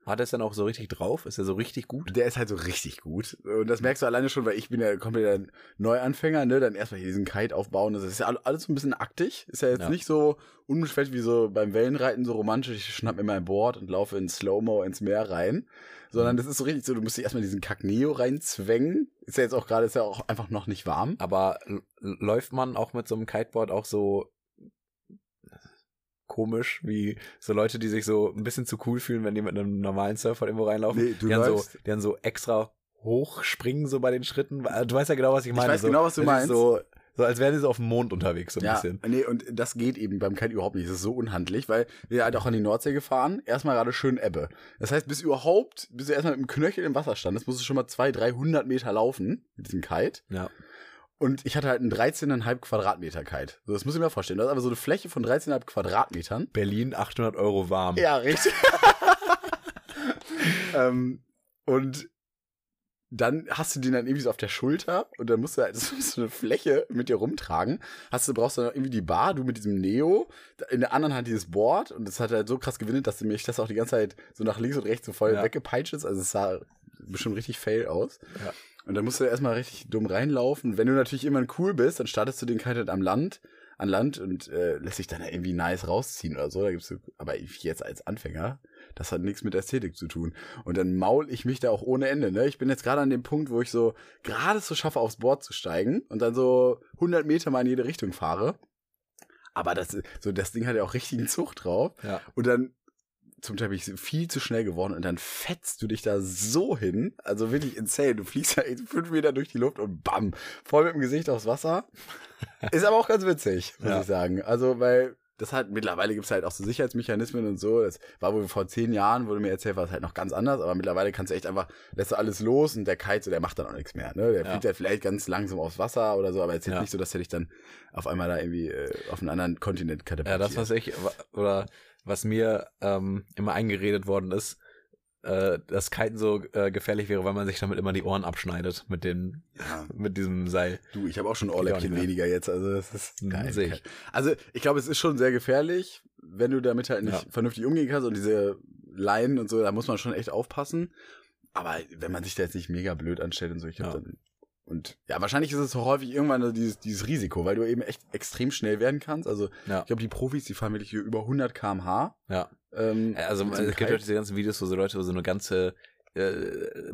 Speaker 2: Hat er es dann auch so richtig drauf? Ist er so richtig gut?
Speaker 1: Der ist halt so richtig gut. Und das merkst du alleine schon, weil ich bin ja kompletter Neuanfänger, ne? Dann erstmal hier diesen Kite aufbauen. Also, Das ist ja all- alles so ein bisschen aktig. Ist ja jetzt
Speaker 2: Ja.
Speaker 1: nicht so unbeschwert wie so beim Wellenreiten, so romantisch. Ich schnapp mir mein Board und laufe in Slow-Mo ins Meer rein.
Speaker 2: Mhm.
Speaker 1: Sondern das ist so richtig so, du musst dich erstmal diesen Kackneo reinzwängen. Ist ja jetzt auch gerade, ist ja auch einfach noch nicht warm.
Speaker 2: Aber l- läuft man auch mit so einem Kiteboard auch so komisch, wie so Leute, die sich so ein bisschen zu cool fühlen, wenn die mit einem normalen Surfer irgendwo reinlaufen,
Speaker 1: Nee, du
Speaker 2: die, dann so,
Speaker 1: läufst-
Speaker 2: die dann so extra hochspringen so bei den Schritten. Äh, Du weißt ja genau, was ich meine.
Speaker 1: weiß
Speaker 2: so,
Speaker 1: genau, was du
Speaker 2: das ist
Speaker 1: meinst.
Speaker 2: So, so als wären die so auf dem Mond unterwegs so ein bisschen.
Speaker 1: nee, und das geht eben beim Kite überhaupt nicht. Das ist so unhandlich, weil wir halt auch an die Nordsee gefahren, erstmal gerade schön Ebbe. Das heißt, bis überhaupt, bis du erstmal mit dem Knöchel im Wasser standest, musst du schon mal 200, 300 Meter laufen mit diesem Kite.
Speaker 2: Ja.
Speaker 1: Und ich hatte halt einen 13,5 Quadratmeter Kite. So, das muss ich mir vorstellen. Das ist aber so eine Fläche von 13,5 Quadratmetern.
Speaker 2: Berlin 800 Euro warm.
Speaker 1: Ja, richtig. ähm, und dann hast du den dann irgendwie so auf der Schulter und dann musst du halt so so eine Fläche mit dir rumtragen. Hast du, brauchst dann irgendwie die Bar, du mit diesem Neo, in der anderen Hand dieses Board und das hat halt so krass gewinnt, dass mich das auch die ganze Zeit so nach links und rechts so voll
Speaker 2: Ja.
Speaker 1: weggepeitscht ist. Also es sah bestimmt richtig fail aus.
Speaker 2: Ja.
Speaker 1: Und dann musst du erstmal richtig dumm reinlaufen. Wenn du natürlich immer cool bist, dann startest du den Kite halt am Land an Land und äh, lässt sich dann irgendwie nice rausziehen oder so. Da gibt's so, aber ich jetzt als Anfänger, das hat nichts mit Ästhetik zu tun. Und dann maul ich mich da auch ohne Ende. Ne? Ich bin jetzt gerade an dem Punkt, wo ich so gerade es so schaffe, aufs Board zu steigen und dann so 100 Meter mal in jede Richtung fahre. Aber das, so das Ding hat ja auch richtigen Zug drauf.
Speaker 2: Ja.
Speaker 1: Und dann zum Teil bin ich viel zu schnell geworden und dann fetzt du dich da so hin. Also wirklich insane. Du fliegst da echt fünf Meter durch die Luft und bam, voll mit dem Gesicht aufs Wasser. Ist aber auch ganz witzig, muss
Speaker 2: Ja.
Speaker 1: ich sagen. Also, weil das halt, mittlerweile gibt's halt auch so Sicherheitsmechanismen und so. Das war wohl vor zehn Jahren, wurde mir erzählt, war es halt noch ganz anders, aber mittlerweile kannst du echt einfach, lässt du alles los und der Kite, so, der macht dann auch nichts mehr. Ne? Der
Speaker 2: Ja.
Speaker 1: fliegt halt vielleicht ganz langsam aufs Wasser oder so, aber jetzt
Speaker 2: Ja.
Speaker 1: nicht so, dass er dich dann auf einmal da irgendwie äh, auf einen anderen Kontinent
Speaker 2: Ja,
Speaker 1: katapultiert.
Speaker 2: das, was ich, oder was mir ähm, immer eingeredet worden ist, äh, dass Kiten so äh, gefährlich wäre, weil man sich damit immer die Ohren abschneidet mit dem,
Speaker 1: Ja.
Speaker 2: mit diesem Seil.
Speaker 1: Du, ich habe auch schon ein
Speaker 2: Geht auch
Speaker 1: Ohrläppchen
Speaker 2: nicht mehr.
Speaker 1: weniger jetzt, also das ist
Speaker 2: Mhm,
Speaker 1: geil.
Speaker 2: seh ich.
Speaker 1: Also ich glaube, es ist schon sehr gefährlich, wenn du damit halt nicht
Speaker 2: Ja.
Speaker 1: vernünftig umgehen kannst und diese Leinen und so, da muss man schon echt aufpassen. Aber wenn man sich da jetzt nicht mega blöd anstellt und so, ich glaube,
Speaker 2: Ja.
Speaker 1: dann Und ja, wahrscheinlich ist es auch häufig irgendwann so dieses, dieses Risiko, weil du eben echt extrem schnell werden kannst. Also
Speaker 2: Ja.
Speaker 1: ich glaube, die Profis, die fahren wirklich hier über 100 km/h.
Speaker 2: Ja.
Speaker 1: Ähm,
Speaker 2: Also
Speaker 1: mit so einem
Speaker 2: es gibt ja
Speaker 1: Kite.
Speaker 2: diese ganzen Videos, wo so Leute über so eine ganze äh, äh,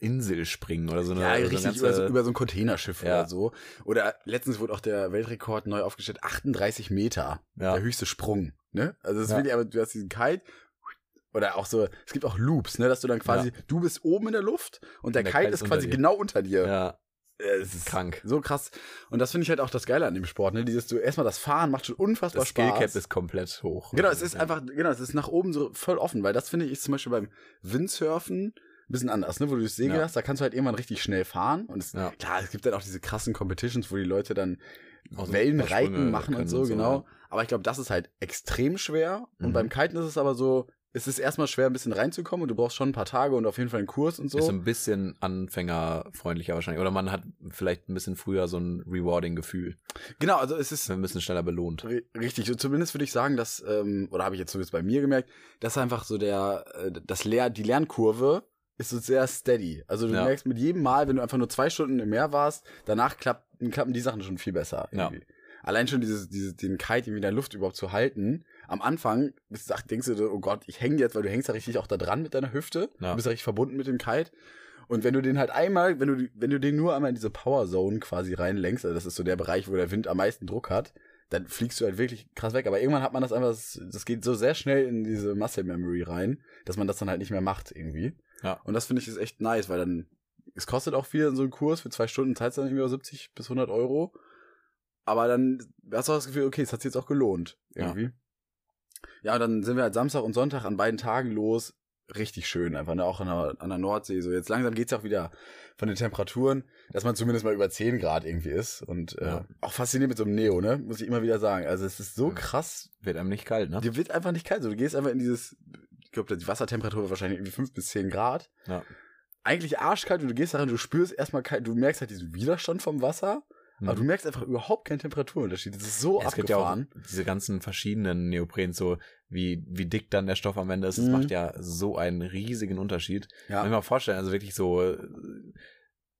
Speaker 2: Insel springen oder so eine,
Speaker 1: ja,
Speaker 2: so eine
Speaker 1: richtig,
Speaker 2: ganze,
Speaker 1: über, so, über so ein Containerschiff
Speaker 2: Ja.
Speaker 1: oder so. Oder letztens wurde auch der Weltrekord neu aufgestellt, 38 Meter,
Speaker 2: Ja.
Speaker 1: der höchste Sprung. Ne? Also es ist
Speaker 2: Ja.
Speaker 1: wirklich, aber du hast diesen Kite oder auch so, es gibt auch Loops, ne, dass du dann quasi, du bist oben in der Luft und der, Kite ist
Speaker 2: unter
Speaker 1: quasi
Speaker 2: dir.
Speaker 1: genau unter dir.
Speaker 2: ja,
Speaker 1: Äh, Es ist
Speaker 2: krank.
Speaker 1: so krass. Und das finde ich halt auch das Geile an dem Sport, ne? Dieses, du erstmal das Fahren macht schon unfassbar
Speaker 2: Das
Speaker 1: Spaß.
Speaker 2: Skillcap ist komplett hoch. Also
Speaker 1: Genau, es ist einfach, genau, es ist nach oben so voll offen, weil das finde ich ist zum Beispiel beim Windsurfen ein bisschen anders, ne? Wo du das Segel
Speaker 2: Ja.
Speaker 1: hast, da kannst du halt irgendwann richtig schnell fahren. Und es,
Speaker 2: Ja.
Speaker 1: klar, es gibt dann auch diese krassen Competitions, wo die Leute dann
Speaker 2: Auch so ein paar Sprünge
Speaker 1: Wellenreiten machen
Speaker 2: können
Speaker 1: und so,
Speaker 2: und so,
Speaker 1: genau. Aber ich glaube, das ist halt extrem schwer. Und
Speaker 2: Mhm.
Speaker 1: beim Kiten ist es aber so, es ist erstmal schwer, ein bisschen reinzukommen und du brauchst schon ein paar Tage und auf jeden Fall einen Kurs und so.
Speaker 2: Ist ein bisschen anfängerfreundlicher wahrscheinlich. Oder man hat vielleicht ein bisschen früher so ein rewarding Gefühl.
Speaker 1: genau, also es ist,
Speaker 2: Man wird ein bisschen schneller belohnt.
Speaker 1: Ri- Richtig, so zumindest würde ich sagen, dass, ähm, oder habe ich jetzt zumindest bei mir gemerkt, dass einfach so der, äh, das Lehr die Lernkurve ist so sehr steady. Also du
Speaker 2: Ja.
Speaker 1: merkst mit jedem Mal, wenn du einfach nur zwei Stunden im Meer warst, danach klappen, klappen die Sachen schon viel besser.
Speaker 2: Ja.
Speaker 1: irgendwie. Allein schon dieses, dieses, den Kite irgendwie in der Luft überhaupt zu halten. Am Anfang bist, du- ach, denkst du, so, oh Gott, ich hänge jetzt, weil du hängst ja richtig auch da dran mit deiner Hüfte.
Speaker 2: Ja.
Speaker 1: Du bist ja richtig verbunden mit dem Kite. Und wenn du den halt einmal, wenn du, die- wenn du den nur einmal in diese Power Zone quasi reinlenkst, also das ist so der Bereich, wo der Wind am meisten Druck hat, dann fliegst du halt wirklich krass weg. Aber irgendwann hat man das einfach, das, das geht so sehr schnell in diese Muscle Memory rein, dass man das dann halt nicht mehr macht irgendwie.
Speaker 2: Ja.
Speaker 1: Und das finde ich ist echt nice, weil dann, es kostet auch viel in so einen Kurs, für zwei Stunden zahlst du dann irgendwie auch 70 bis 100 Euro. Aber dann hast du auch das Gefühl, okay, es hat sich jetzt auch gelohnt irgendwie. Ja. und dann sind wir halt Samstag und Sonntag an beiden Tagen los. Richtig schön, einfach ne? auch an der, an der Nordsee. So jetzt langsam geht's ja auch wieder von den Temperaturen, dass man zumindest mal über 10 Grad irgendwie ist. Und äh,
Speaker 2: Ja.
Speaker 1: auch faszinierend mit so einem Neo, ne? Muss ich immer wieder sagen. Also es ist so
Speaker 2: Mhm.
Speaker 1: krass.
Speaker 2: Wird einem nicht kalt, ne?
Speaker 1: Dir wird einfach nicht kalt. So, du gehst einfach in dieses, ich glaube, die Wassertemperatur war wahrscheinlich irgendwie 5 bis 10 Grad.
Speaker 2: Ja.
Speaker 1: Eigentlich arschkalt und du gehst daran, du spürst erstmal kalt, du merkst halt diesen Widerstand vom Wasser,
Speaker 2: Mhm.
Speaker 1: aber du merkst einfach überhaupt keinen Temperaturunterschied. Das ist so
Speaker 2: es gibt ja auch
Speaker 1: abgefahren.
Speaker 2: diese ganzen verschiedenen Neopren, so wie, wie dick dann der Stoff am Ende ist. Das
Speaker 1: Mhm.
Speaker 2: macht ja so einen riesigen Unterschied.
Speaker 1: Ja.
Speaker 2: Wenn ich mir mal vorstellen, also wirklich so, äh,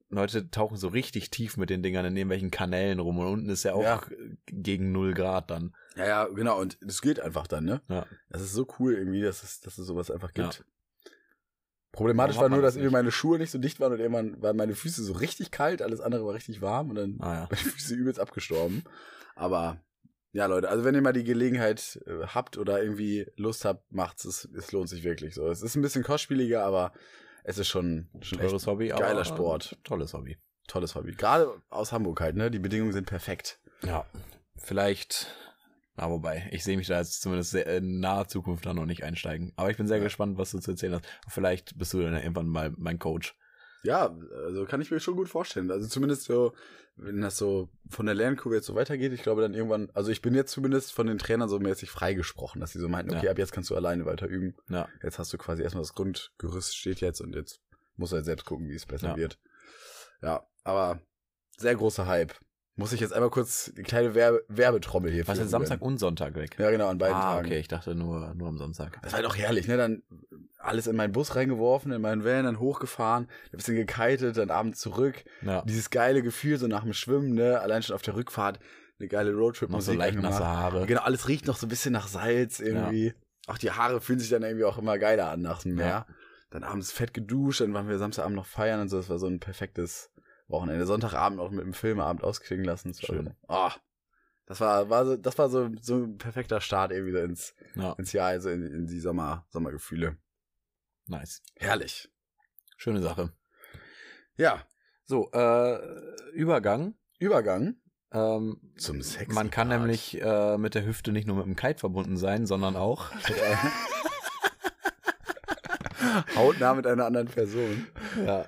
Speaker 2: Leute tauchen so richtig tief mit den Dingern in irgendwelchen Kanälen rum und unten ist ja auch
Speaker 1: Ja.
Speaker 2: gegen null Grad dann.
Speaker 1: Ja, ja, genau. Und das geht einfach dann, ne?
Speaker 2: Ja.
Speaker 1: Das ist so cool irgendwie, dass es, dass es sowas einfach
Speaker 2: Ja.
Speaker 1: gibt. Problematisch war
Speaker 2: Warum hat
Speaker 1: nur,
Speaker 2: man das
Speaker 1: dass irgendwie
Speaker 2: nicht?
Speaker 1: meine Schuhe nicht so dicht waren und irgendwann waren meine Füße so richtig kalt, alles andere war richtig warm und dann
Speaker 2: Naja.
Speaker 1: meine Füße übelst abgestorben. Aber ja, Leute, also wenn ihr mal die Gelegenheit äh, habt oder irgendwie Lust habt, macht's. Es, es lohnt sich wirklich so. Es ist ein bisschen kostspieliger, aber es ist schon, schon echt
Speaker 2: Teures Hobby, aber
Speaker 1: geiler Sport.
Speaker 2: Tolles Hobby.
Speaker 1: tolles Hobby. Gerade aus Hamburg halt, ne? Die Bedingungen sind perfekt.
Speaker 2: Ja. Vielleicht, na wobei, ich sehe mich da jetzt zumindest sehr, äh, in naher Zukunft dann noch nicht einsteigen. Aber ich bin sehr
Speaker 1: Ja.
Speaker 2: gespannt, was du zu erzählen hast. Vielleicht bist du dann ja irgendwann mal mein Coach.
Speaker 1: Ja, also kann ich mir schon gut vorstellen. Also zumindest so, wenn das so von der Lernkurve jetzt so weitergeht, ich glaube dann irgendwann, also ich bin jetzt zumindest von den Trainern so mäßig freigesprochen, dass sie so meinten, okay,
Speaker 2: Ja.
Speaker 1: ab jetzt kannst du alleine weiter üben.
Speaker 2: Ja.
Speaker 1: Jetzt hast du quasi erstmal das Grundgerüst steht jetzt und jetzt musst du halt selbst gucken, wie es besser
Speaker 2: Ja.
Speaker 1: wird. Ja, aber sehr großer Hype. Muss ich jetzt einmal kurz die kleine Werbe Werbetrommel hier
Speaker 2: Was
Speaker 1: für
Speaker 2: jetzt Samstag
Speaker 1: rühren.
Speaker 2: und Sonntag weg?
Speaker 1: Ja, genau, an beiden
Speaker 2: ah,
Speaker 1: Tagen.
Speaker 2: okay, ich dachte nur, nur am Sonntag.
Speaker 1: Das war doch herrlich, ne? Dann alles in meinen Bus reingeworfen, in meinen Van, dann hochgefahren, ein bisschen gekitet, dann abends zurück.
Speaker 2: Ja.
Speaker 1: Dieses geile Gefühl so nach dem Schwimmen, ne? Allein schon auf der Rückfahrt eine geile Roadtrip
Speaker 2: Noch so leicht nasse Haare.
Speaker 1: Genau, alles riecht noch so ein bisschen nach Salz irgendwie. Auch die Haare fühlen sich dann irgendwie auch immer geiler an nach dem Meer. Dann abends fett geduscht, dann waren wir Samstagabend noch feiern und so. Das war so ein perfektes Wochenende. Sonntagabend auch mit dem Filmabend ausklingen lassen. Das war
Speaker 2: Schön.
Speaker 1: so- Ah, das war, war so, das war so, so ein perfekter Start irgendwie so ins,
Speaker 2: Ja.
Speaker 1: ins Jahr, also in, in die Sommer, Sommergefühle.
Speaker 2: Nice.
Speaker 1: Herrlich.
Speaker 2: Schöne Sache.
Speaker 1: Ja,
Speaker 2: So, äh, Übergang.
Speaker 1: Übergang
Speaker 2: Ähm,
Speaker 1: zum Sex.
Speaker 2: man kann nämlich äh, mit der Hüfte nicht nur mit dem Kite verbunden sein, sondern auch.
Speaker 1: hautnah mit einer anderen Person.
Speaker 2: ja.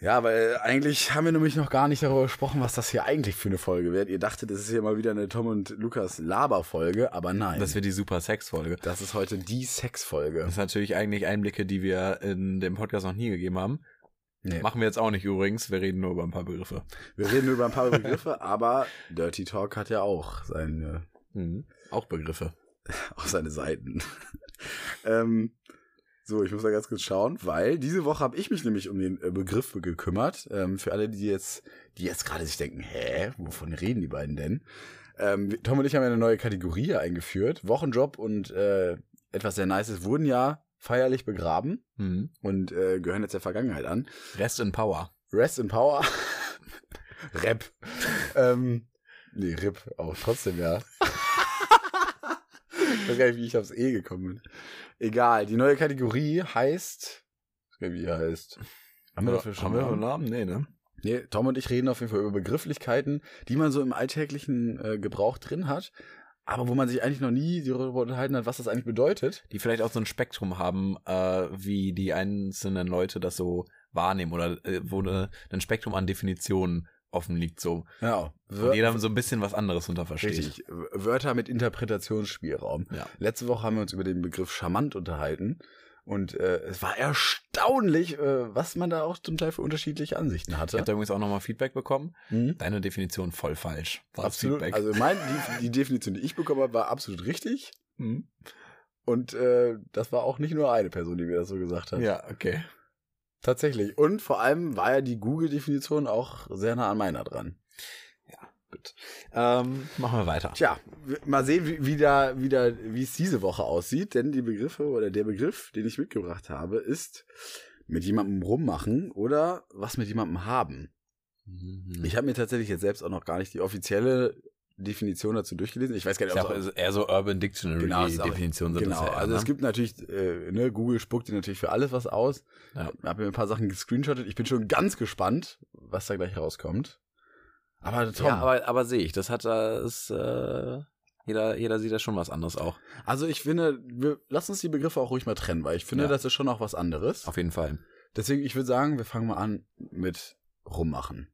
Speaker 1: Ja, weil eigentlich haben wir nämlich noch gar nicht darüber gesprochen, was das hier eigentlich für eine Folge wird. Ihr dachtet, es ist hier mal wieder eine Tom und Lukas Laber-Folge, aber nein.
Speaker 2: Das wird die super Sex-Folge.
Speaker 1: das ist heute die Sex-Folge.
Speaker 2: Das sind natürlich eigentlich Einblicke, die wir in dem Podcast noch nie gegeben haben.
Speaker 1: Nee.
Speaker 2: Machen wir jetzt auch nicht übrigens. Wir reden nur über ein paar Begriffe.
Speaker 1: Wir reden nur über ein paar Begriffe, aber Dirty Talk hat ja auch seine,
Speaker 2: Mhm. Auch Begriffe.
Speaker 1: auch seine Seiten. ähm, So, ich muss da ganz kurz schauen, weil diese Woche habe ich mich nämlich um den äh, Begriff gekümmert. Ähm, für alle, die jetzt, die jetzt gerade sich denken, hä, wovon reden die beiden denn? Ähm, Tom und ich haben ja eine neue Kategorie eingeführt. Wochenjob und äh, etwas sehr Nices wurden ja feierlich begraben
Speaker 2: Mhm.
Speaker 1: und äh, gehören jetzt der Vergangenheit an.
Speaker 2: Rest in Power.
Speaker 1: Rest in Power. Rap. ähm, nee, Rip auch trotzdem, ja. ich weiß gar nicht, wie ich aufs E gekommen bin. Egal, die neue Kategorie heißt. Ich weiß gar nicht, Wie die heißt.
Speaker 2: Haben wir dafür schon
Speaker 1: haben wir
Speaker 2: einen
Speaker 1: noch?
Speaker 2: Namen? Nee, ne?
Speaker 1: Nee, Tom und ich reden auf jeden Fall über Begrifflichkeiten, die man so im alltäglichen äh, Gebrauch drin hat, aber wo man sich eigentlich noch nie darüber unterhalten hat, was das eigentlich bedeutet.
Speaker 2: Die vielleicht auch so ein Spektrum haben, äh, wie die einzelnen Leute das so wahrnehmen oder äh, wo ne, ein Spektrum an Definitionen offen liegt so.
Speaker 1: Genau.
Speaker 2: Und jeder so ein bisschen was anderes unter versteht.
Speaker 1: Richtig. W- Wörter mit Interpretationsspielraum.
Speaker 2: Ja.
Speaker 1: Letzte Woche haben wir uns über den Begriff charmant unterhalten. Und äh, es war erstaunlich, äh, was man da auch zum Teil für unterschiedliche Ansichten
Speaker 2: Ich
Speaker 1: hatte.
Speaker 2: habe da übrigens auch nochmal Feedback bekommen.
Speaker 1: Mhm.
Speaker 2: Deine Definition voll falsch. War das
Speaker 1: Absolut.
Speaker 2: Feedback.
Speaker 1: Also mein, die, die Definition, die ich bekommen habe, war absolut richtig.
Speaker 2: Mhm.
Speaker 1: Und äh, das war auch nicht nur eine Person, die mir das so gesagt hat.
Speaker 2: ja, okay.
Speaker 1: Tatsächlich. Und vor allem war ja die Google-Definition auch sehr nah an meiner dran.
Speaker 2: Ähm, machen wir weiter.
Speaker 1: Tja, w- mal sehen, wie, wie, da, wie, da, wie es diese Woche aussieht, denn die Begriffe oder der Begriff, den ich mitgebracht habe, ist mit jemandem rummachen oder was mit jemandem haben.
Speaker 2: Mhm.
Speaker 1: Ich habe mir tatsächlich jetzt selbst auch noch gar nicht die offizielle Definition dazu durchgelesen. Ich weiß gar
Speaker 2: Ist
Speaker 1: nicht,
Speaker 2: ja
Speaker 1: ob
Speaker 2: auch
Speaker 1: es
Speaker 2: ist eher so Urban Dictionary
Speaker 1: Genau, ist auch-
Speaker 2: Definition sind
Speaker 1: Genau,
Speaker 2: das ja.
Speaker 1: also
Speaker 2: ne?
Speaker 1: es gibt natürlich, äh, ne, Google spuckt dir natürlich für alles was aus.
Speaker 2: Ja.
Speaker 1: Ich habe mir ein paar Sachen gescreenshottet. Ich bin schon ganz gespannt, was da gleich rauskommt. Aber Tom,
Speaker 2: ja, aber, aber sehe ich. Das hat da ist, äh, jeder, jeder sieht da schon was anderes auch.
Speaker 1: also ich finde, wir, lass uns die Begriffe auch ruhig mal trennen, weil ich finde,
Speaker 2: Ja.
Speaker 1: das ist schon auch was anderes.
Speaker 2: Auf jeden Fall.
Speaker 1: Deswegen, ich würde sagen, wir fangen mal an mit rummachen.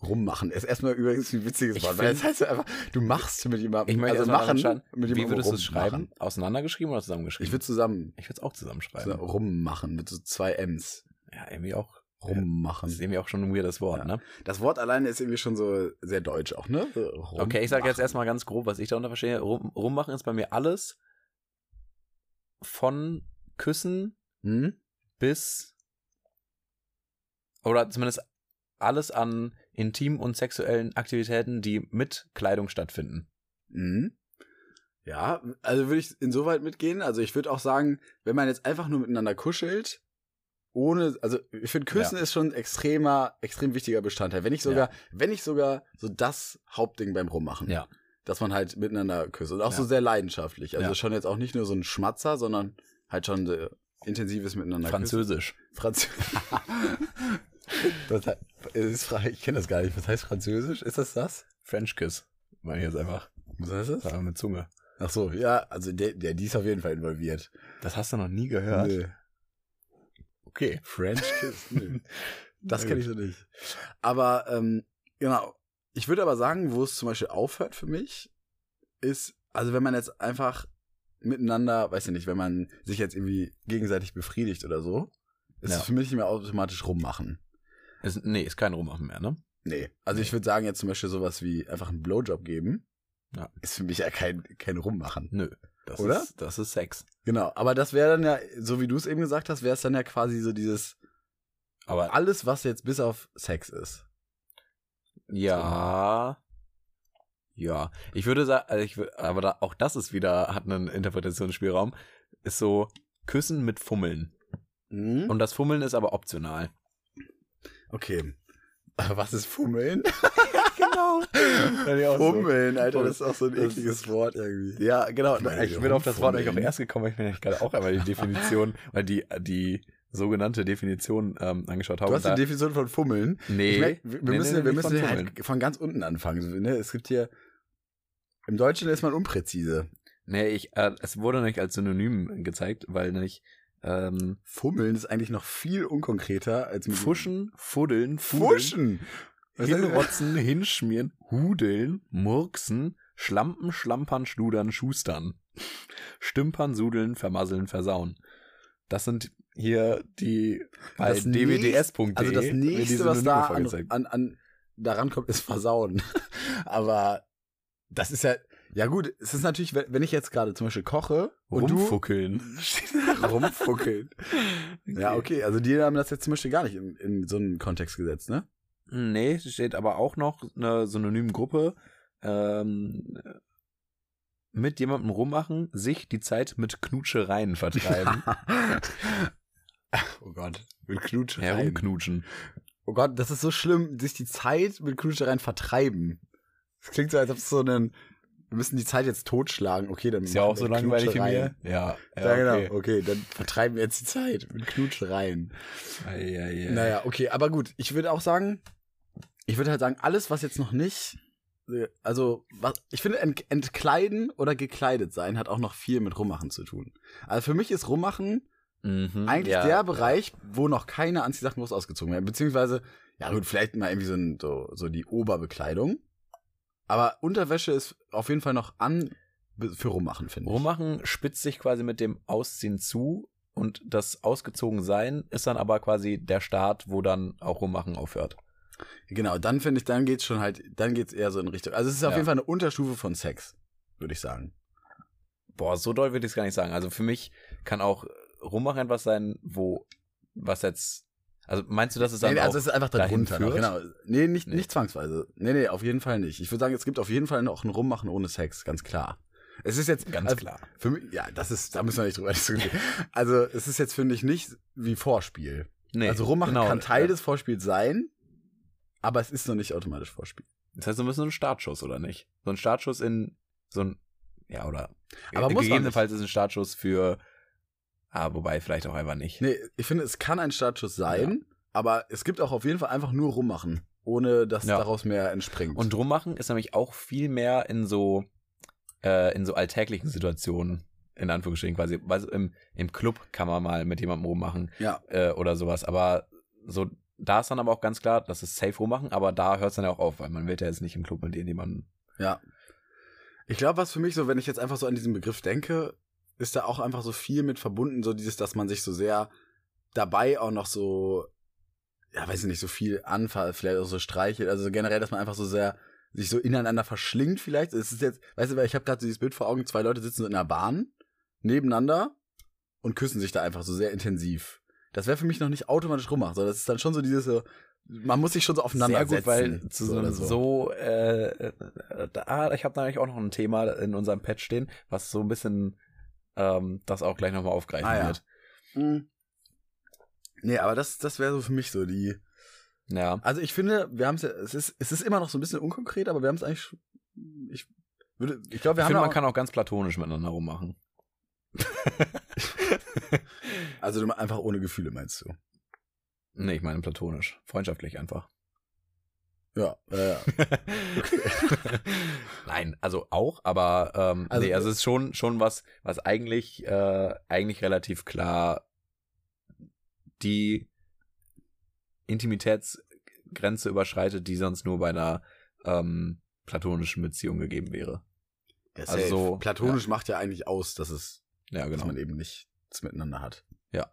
Speaker 1: Rummachen ist erstmal übrigens ein witziges
Speaker 2: Ich
Speaker 1: Wort, weil
Speaker 2: find-
Speaker 1: das heißt ja einfach, du machst mit jemandem,
Speaker 2: Ich möchte
Speaker 1: also
Speaker 2: erst mal daran
Speaker 1: machen
Speaker 2: schauen,
Speaker 1: mit
Speaker 2: Wie
Speaker 1: jemandem
Speaker 2: würdest du es
Speaker 1: rummachen.
Speaker 2: schreiben? Auseinandergeschrieben oder zusammengeschrieben?
Speaker 1: Ich würde zusammen
Speaker 2: ich würde es auch zusammenschreiben.
Speaker 1: so rummachen mit so zwei M's.
Speaker 2: Ja, irgendwie auch.
Speaker 1: Rummachen.
Speaker 2: Das ist irgendwie auch schon ein weirdes Wort,
Speaker 1: Ja.
Speaker 2: ne?
Speaker 1: Das Wort alleine ist irgendwie schon so sehr deutsch auch, ne? So
Speaker 2: Okay, ich sage jetzt
Speaker 1: rummachen.
Speaker 2: erstmal ganz grob, was ich darunter verstehe. Rum, rummachen ist bei mir alles von Küssen
Speaker 1: Hm?
Speaker 2: bis oder zumindest alles an intimen und sexuellen Aktivitäten, die mit Kleidung stattfinden.
Speaker 1: Mhm. Ja, also würde ich insoweit mitgehen. Also ich würde auch sagen, wenn man jetzt einfach nur miteinander kuschelt, ohne, also ich finde Küssen ist schon ein extremer, extrem wichtiger Bestandteil. Wenn ich sogar, wenn ich sogar so das Hauptding beim Rummachen.
Speaker 2: Ja.
Speaker 1: Dass man halt miteinander küsst und auch
Speaker 2: Ja.
Speaker 1: so sehr leidenschaftlich. Also
Speaker 2: Ja.
Speaker 1: schon jetzt auch nicht nur so ein Schmatzer, sondern halt schon so intensives miteinander küssen.
Speaker 2: Französisch.
Speaker 1: Französisch. das heißt, ist, Fra- ich kenne das gar nicht. Was heißt Französisch? Ist das das?
Speaker 2: French Kiss. Meine ich jetzt einfach.
Speaker 1: Was heißt das?
Speaker 2: Sagen wir mit Zunge.
Speaker 1: Ach so, ja, also der, der, die ist auf jeden Fall involviert.
Speaker 2: Das hast du noch nie gehört.
Speaker 1: Nö.
Speaker 2: Okay.
Speaker 1: French Kiss? Nö. Das
Speaker 2: Na
Speaker 1: kenne
Speaker 2: gut.
Speaker 1: ich so nicht. Aber, ähm, genau. Ich würde aber sagen, wo es zum Beispiel aufhört für mich, ist, also wenn man jetzt einfach miteinander, weiß ich nicht, wenn man sich jetzt irgendwie gegenseitig befriedigt oder so, ist
Speaker 2: Ja.
Speaker 1: es für mich nicht mehr automatisch rummachen.
Speaker 2: Ist, nee, ist kein Rummachen mehr, ne?
Speaker 1: Nee. Also ich würde sagen, jetzt zum Beispiel sowas wie einfach einen Blowjob geben,
Speaker 2: Ja.
Speaker 1: ist für mich ja kein, kein Rummachen.
Speaker 2: Nö. Das
Speaker 1: Oder?
Speaker 2: Ist, das ist Sex.
Speaker 1: Genau, aber das wäre dann ja, so wie du es eben gesagt hast, wäre es dann ja quasi so dieses
Speaker 2: Aber
Speaker 1: alles, was jetzt bis auf Sex ist.
Speaker 2: ja. Ja. Ich würde sagen, also ich, wür- aber da, auch das ist wieder, hat einen Interpretationsspielraum. Ist so Küssen mit Fummeln.
Speaker 1: Und
Speaker 2: Und das Fummeln ist aber optional.
Speaker 1: okay. Aber was ist Fummeln?
Speaker 2: genau.
Speaker 1: Fummeln, Alter,
Speaker 2: Fummeln.
Speaker 1: das ist auch so ein
Speaker 2: Das-
Speaker 1: ekliges Wort irgendwie.
Speaker 2: Ja, genau.
Speaker 1: Meine
Speaker 2: ich bin auf das Wort nämlich auch
Speaker 1: Fummeln.
Speaker 2: erst gekommen, weil ich mir nämlich gerade auch einmal die Definition, weil die, die sogenannte Definition ähm, angeschaut habe.
Speaker 1: Du hast
Speaker 2: Und
Speaker 1: die Definition von Fummeln.
Speaker 2: nee,
Speaker 1: Ich merk, wir wir
Speaker 2: nee,
Speaker 1: müssen, wir
Speaker 2: nee, nicht
Speaker 1: müssen
Speaker 2: von
Speaker 1: hier
Speaker 2: Fummeln.
Speaker 1: halt von ganz unten anfangen. so, Ne? Es gibt hier, im Deutschen ist man unpräzise.
Speaker 2: Nee, ich, äh, es wurde nämlich als Synonym gezeigt, weil nämlich ähm,
Speaker 1: Fummeln ist eigentlich noch viel unkonkreter als mit-
Speaker 2: Fuschen, Fuddeln, Fudeln,
Speaker 1: Fuschen. Was heißt-
Speaker 2: Hinrotzen, Hinschmieren, Hudeln, Murksen, Schlampen, Schlampern, Schludern, Schustern, Stümpern, Sudeln, Vermasseln, Versauen. Das sind hier die bei
Speaker 1: Das nächst-
Speaker 2: dwds.de.
Speaker 1: Also das
Speaker 2: werden die
Speaker 1: nächste, was
Speaker 2: Synonyme
Speaker 1: da an,
Speaker 2: vorgezeigt.
Speaker 1: an, an daran kommt, ist Versauen. Aber das ist ja, Ja gut, es ist natürlich, wenn wenn ich jetzt gerade zum Beispiel koche und
Speaker 2: Rumfuckeln.
Speaker 1: du rumfuckeln. Ja, okay, also die haben das jetzt zum Beispiel gar nicht in, in so einen Kontext gesetzt, ne?
Speaker 2: Nee, es steht aber auch noch eine synonyme Gruppe. Ähm, mit jemandem rummachen, sich die Zeit mit Knutschereien vertreiben.
Speaker 1: oh Gott, mit Knutschereien.
Speaker 2: Herumknutschen.
Speaker 1: Oh Gott, das ist so schlimm, sich die Zeit mit Knutschereien vertreiben. Das klingt so, als ob es so einen, wir müssen die Zeit jetzt totschlagen. Okay, dann
Speaker 2: Ist ja
Speaker 1: machen
Speaker 2: auch so
Speaker 1: wir
Speaker 2: langweilig wie mir.
Speaker 1: Knutschereien.
Speaker 2: Ja,
Speaker 1: Ja,
Speaker 2: okay.
Speaker 1: genau. Okay, dann vertreiben wir jetzt die Zeit mit Knutschereien.
Speaker 2: Ei, ei, ei.
Speaker 1: Naja, okay, aber gut. Ich würde auch sagen, ich würde halt sagen, alles, was jetzt noch nicht, äh, also, was, ich finde, ent, entkleiden oder gekleidet sein hat auch noch viel mit Rummachen zu tun. Also für mich ist Rummachen
Speaker 2: Mhm,
Speaker 1: eigentlich
Speaker 2: ja.
Speaker 1: der Bereich, wo noch keine Anziehsachen groß ausgezogen werden. Beziehungsweise, ja gut, vielleicht mal irgendwie so, ein, so, so die Oberbekleidung. Aber Unterwäsche ist auf jeden Fall noch an für Rummachen, finde ich.
Speaker 2: Rummachen spitzt sich quasi mit dem Ausziehen zu und das Ausgezogensein ist dann aber quasi der Start, wo dann auch Rummachen aufhört.
Speaker 1: Genau, dann finde ich, dann geht's schon halt, dann geht's eher so in Richtung. Also es ist auf
Speaker 2: Ja.
Speaker 1: jeden Fall eine Unterstufe von Sex, würde ich sagen.
Speaker 2: Boah, so doll würde ich es gar nicht sagen. Also für mich kann auch Rummachen etwas sein, wo was jetzt. Also meinst du, dass es dann
Speaker 1: Nee,
Speaker 2: auch
Speaker 1: also es ist einfach
Speaker 2: dahin
Speaker 1: darunter. Noch,
Speaker 2: führt?
Speaker 1: genau. Nee, nicht,
Speaker 2: Nee.
Speaker 1: nicht zwangsweise. Nee, nee, auf jeden Fall nicht. Ich würde sagen, es gibt auf jeden Fall auch ein Rummachen ohne Sex, ganz klar. Es ist jetzt
Speaker 2: ganz
Speaker 1: also
Speaker 2: klar?
Speaker 1: Für mich, ja, das ist, da müssen wir nicht drüber diskutieren. Also es ist jetzt finde ich nicht wie Vorspiel.
Speaker 2: Nee,
Speaker 1: also Rummachen
Speaker 2: genau.
Speaker 1: kann Teil
Speaker 2: Ja.
Speaker 1: des Vorspiels sein, aber es ist noch nicht automatisch Vorspiel.
Speaker 2: Das heißt, wir müssen einen Startschuss, oder nicht? So einen Startschuss in so ein. Ja, oder.
Speaker 1: Aber muss man
Speaker 2: gegebenenfalls ist ein Startschuss für. Ah, wobei, vielleicht auch einfach nicht.
Speaker 1: Nee, ich finde, es kann ein Startschuss sein, aber es gibt auch auf jeden Fall einfach nur Rummachen, ohne dass
Speaker 2: Ja.
Speaker 1: daraus mehr entspringt.
Speaker 2: Und rummachen ist nämlich auch viel mehr in so, äh, in so alltäglichen Situationen, in Anführungsstrichen quasi. Also im, im Club kann man mal mit jemandem rummachen
Speaker 1: ja,
Speaker 2: äh, oder sowas. Aber so, da ist dann aber auch ganz klar, das ist safe rummachen, aber da hört es dann ja auch auf, weil man wird ja jetzt nicht im Club mit jemandem.
Speaker 1: Ja. Ich glaube, was für mich so, wenn ich jetzt einfach so an diesen Begriff denke, ist da auch einfach so viel mit verbunden, so dieses, dass man sich so sehr dabei auch noch so, ja, weiß ich nicht, so viel anfasst, vielleicht auch so streichelt, also generell, dass man einfach so sehr sich so ineinander verschlingt vielleicht. Es ist jetzt, weißt du, weil ich habe gerade so dieses Bild vor Augen, zwei Leute sitzen so in einer Bahn nebeneinander und küssen sich da einfach so sehr intensiv. Das wäre für mich noch nicht automatisch rummachen, sondern das ist dann schon so dieses so, man muss sich schon so aufeinander
Speaker 2: Sehr gut,
Speaker 1: setzen.
Speaker 2: weil zu so,
Speaker 1: oder
Speaker 2: einem so äh, da, ich habe nämlich auch noch ein Thema in unserem Pad stehen, was so ein bisschen ähm, das auch gleich nochmal aufgreifen
Speaker 1: Ah, ja.
Speaker 2: wird. Hm.
Speaker 1: Mhm. Nee, aber das, das wäre so für mich so die.
Speaker 2: Ja.
Speaker 1: Also ich finde, wir haben es ja, es ist, es ist immer noch so ein bisschen unkonkret, aber wir haben es eigentlich. sch- Ich würde, ich glaube, wir
Speaker 2: Ich
Speaker 1: haben
Speaker 2: finde,
Speaker 1: da
Speaker 2: man
Speaker 1: auch-
Speaker 2: kann auch ganz platonisch miteinander rummachen.
Speaker 1: also du meinst einfach ohne Gefühle meinst du?
Speaker 2: Nee, ich meine platonisch. Freundschaftlich einfach.
Speaker 1: Ja. Äh,
Speaker 2: Nein, also auch, aber ähm,
Speaker 1: Also-
Speaker 2: nee, also es ist schon, schon was, was eigentlich, äh, eigentlich relativ klar die Intimitätsgrenze überschreitet, die sonst nur bei einer ähm, platonischen Beziehung gegeben wäre.
Speaker 1: ja,
Speaker 2: Also so,
Speaker 1: platonisch macht ja eigentlich aus, dass es
Speaker 2: Ja, genau.
Speaker 1: dass man eben nichts miteinander hat.
Speaker 2: Ja.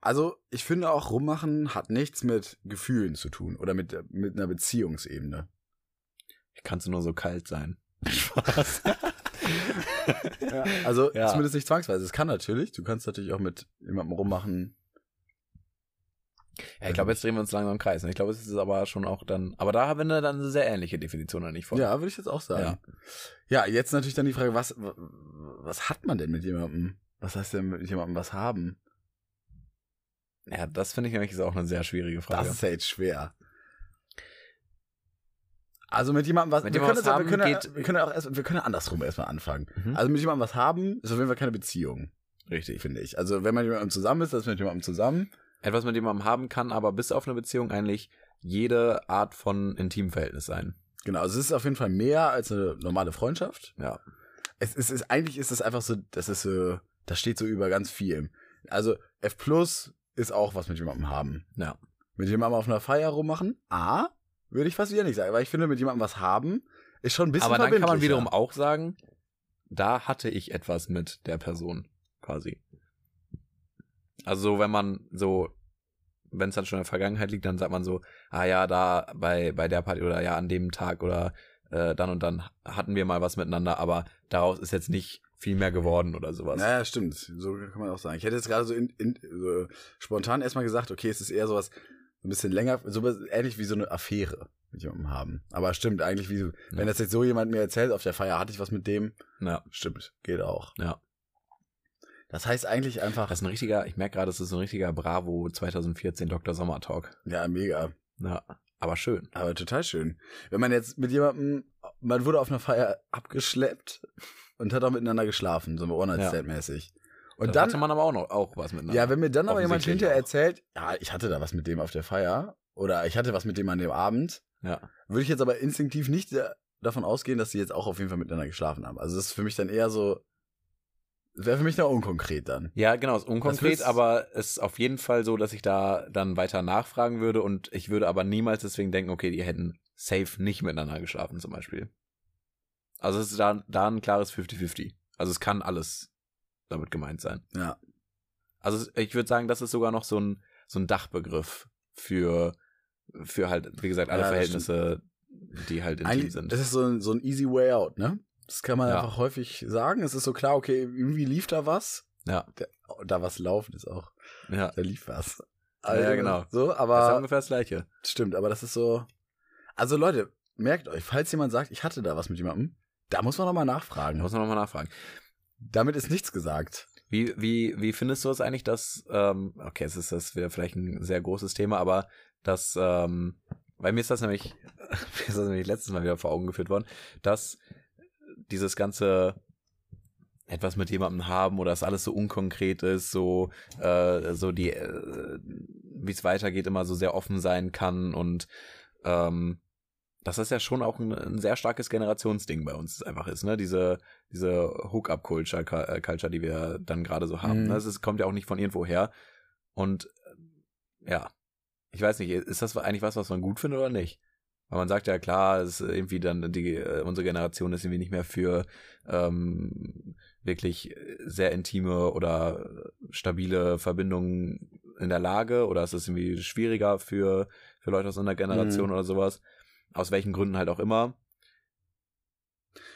Speaker 1: Also, ich finde auch, rummachen hat nichts mit Gefühlen zu tun oder mit, mit einer Beziehungsebene.
Speaker 2: Ich kannst du nur so kalt sein. Spaß.
Speaker 1: Ja, also
Speaker 2: Ja.
Speaker 1: zumindest nicht zwangsweise. Es kann natürlich. Du kannst natürlich auch mit jemandem rummachen.
Speaker 2: Ja, ich glaube, jetzt drehen wir uns langsam im Kreis. ne? Ich glaube, es ist aber schon auch dann. Aber da haben wir dann eine sehr ähnliche Definition, oder nicht? Von.
Speaker 1: Ja, würde ich jetzt auch sagen. Ja. jetzt natürlich dann die Frage, was, w- was hat man denn mit jemandem? Was heißt denn mit jemandem was haben?
Speaker 2: ja das finde ich nämlich ist auch eine sehr schwierige Frage.
Speaker 1: Das ist ja jetzt schwer. Also mit jemandem was,
Speaker 2: Mit
Speaker 1: wir,
Speaker 2: jemandem
Speaker 1: können
Speaker 2: was
Speaker 1: das- wir,
Speaker 2: haben
Speaker 1: können,
Speaker 2: geht-
Speaker 1: wir können auch erst, wir können andersrum erstmal anfangen.
Speaker 2: Mhm.
Speaker 1: Also mit jemandem was haben, ist auf jeden Fall keine Beziehung,
Speaker 2: Richtig.
Speaker 1: finde ich. Also wenn man mit jemandem zusammen ist, dann ist man mit jemandem zusammen.
Speaker 2: Etwas, mit dem man haben kann, aber bis auf eine Beziehung eigentlich jede Art von Intimverhältnis sein.
Speaker 1: Genau, also es ist auf jeden Fall mehr als eine normale Freundschaft.
Speaker 2: Ja.
Speaker 1: es, es ist, eigentlich ist es einfach so, das ist so, das steht so über ganz vielem. Also F Plus ist auch was mit jemandem haben.
Speaker 2: Ja.
Speaker 1: Mit jemandem auf einer Feier rummachen? A, würde ich fast wieder nicht sagen, weil ich finde, mit jemandem was haben ist schon ein bisschen
Speaker 2: Aber dann kann man
Speaker 1: verbindlicher.
Speaker 2: wiederum auch sagen, da hatte ich etwas mit der Person, quasi. Also so, wenn man so, wenn es dann schon in der Vergangenheit liegt, dann sagt man so, ah ja, da bei, bei der Party oder ja, an dem Tag oder äh, dann und dann hatten wir mal was miteinander, aber daraus ist jetzt nicht viel mehr geworden oder sowas.
Speaker 1: Naja, stimmt. So kann man auch sagen. Ich hätte jetzt gerade so, in, in, so spontan erstmal gesagt, okay, es ist eher sowas ein bisschen länger, so was- ähnlich wie so eine Affäre mit jemandem haben. Aber stimmt, eigentlich wie, so- wenn das jetzt so jemand mir erzählt, auf der Feier hatte ich was mit dem,
Speaker 2: Ja.
Speaker 1: stimmt, geht auch.
Speaker 2: Ja.
Speaker 1: Das heißt eigentlich einfach,
Speaker 2: Das ist ein richtiger, ich merke gerade, das ist ein richtiger Bravo 2014 Dr. Sommer Talk.
Speaker 1: ja, mega.
Speaker 2: Ja, aber schön.
Speaker 1: Aber total schön. Wenn man jetzt mit jemandem, man wurde auf einer Feier abgeschleppt und hat auch miteinander geschlafen, so One-Night-Stand-mäßig. Und
Speaker 2: Da
Speaker 1: dann,
Speaker 2: hatte man aber auch noch auch was ne? miteinander.
Speaker 1: ja, wenn mir dann aber jemand
Speaker 2: Offensichtlich
Speaker 1: hinterher
Speaker 2: auch.
Speaker 1: erzählt, ja, ich hatte da was mit dem auf der Feier oder ich hatte was mit dem an dem Abend,
Speaker 2: Ja.
Speaker 1: würde ich jetzt aber instinktiv nicht da- davon ausgehen, dass sie jetzt auch auf jeden Fall miteinander geschlafen haben. Also das ist für mich dann eher so, wäre für mich noch unkonkret dann.
Speaker 2: ja, genau, ist
Speaker 1: Das willst-
Speaker 2: unkonkret, aber es ist auf jeden Fall so, dass ich da dann weiter nachfragen würde und ich würde aber niemals deswegen denken, okay, die hätten safe nicht miteinander geschlafen zum Beispiel. Also es ist da, da ein klares 50-50. Also es kann alles damit gemeint sein.
Speaker 1: Ja.
Speaker 2: Also es- ich würde sagen, das ist sogar noch so ein, so ein Dachbegriff für, für halt, wie gesagt, alle
Speaker 1: Ja, das
Speaker 2: Verhältnisse, die halt intim
Speaker 1: Eigentlich,
Speaker 2: sind.
Speaker 1: das ist so ein, so ein easy way out, ne? Das kann man
Speaker 2: Ja.
Speaker 1: einfach häufig sagen. Es ist so klar, okay, irgendwie lief da was.
Speaker 2: Ja.
Speaker 1: Da, da was laufen ist auch.
Speaker 2: Ja.
Speaker 1: Da lief was.
Speaker 2: Ja, genau.
Speaker 1: So,
Speaker 2: Das ist
Speaker 1: aber
Speaker 2: ungefähr das gleiche.
Speaker 1: stimmt, aber das ist so. Also Leute, merkt euch, falls jemand sagt, ich hatte da was mit jemandem, da muss man nochmal
Speaker 2: Da
Speaker 1: nachfragen.
Speaker 2: muss man nochmal nachfragen.
Speaker 1: Damit ist nichts gesagt.
Speaker 2: Wie, wie, wie findest du es eigentlich, dass, ähm, okay, es ist das wieder vielleicht ein sehr großes Thema, aber dass, ähm, weil mir ist das nämlich, mir ist das nämlich letztes Mal wieder vor Augen geführt worden, dass dieses ganze etwas mit jemandem haben oder dass alles so unkonkret ist, so, äh, so die, äh, wie es weitergeht, immer so sehr offen sein kann und ähm, dass das ja schon auch ein, ein sehr starkes Generationsding bei uns einfach ist, ne? Diese, diese Hookup-Culture, Ka- äh, Culture, die wir dann gerade so haben.
Speaker 1: Mhm.
Speaker 2: Ne? Das ist, kommt ja auch nicht von irgendwo her. Und ähm, ja, ich weiß nicht, ist das eigentlich was, was man gut findet oder nicht? Weil man sagt ja klar, es ist irgendwie dann die äh, unsere Generation ist irgendwie nicht mehr für ähm, wirklich sehr intime oder stabile Verbindungen in der Lage oder es ist irgendwie schwieriger für für Leute aus einer Generation
Speaker 1: Mhm.
Speaker 2: oder sowas aus welchen Gründen halt auch immer.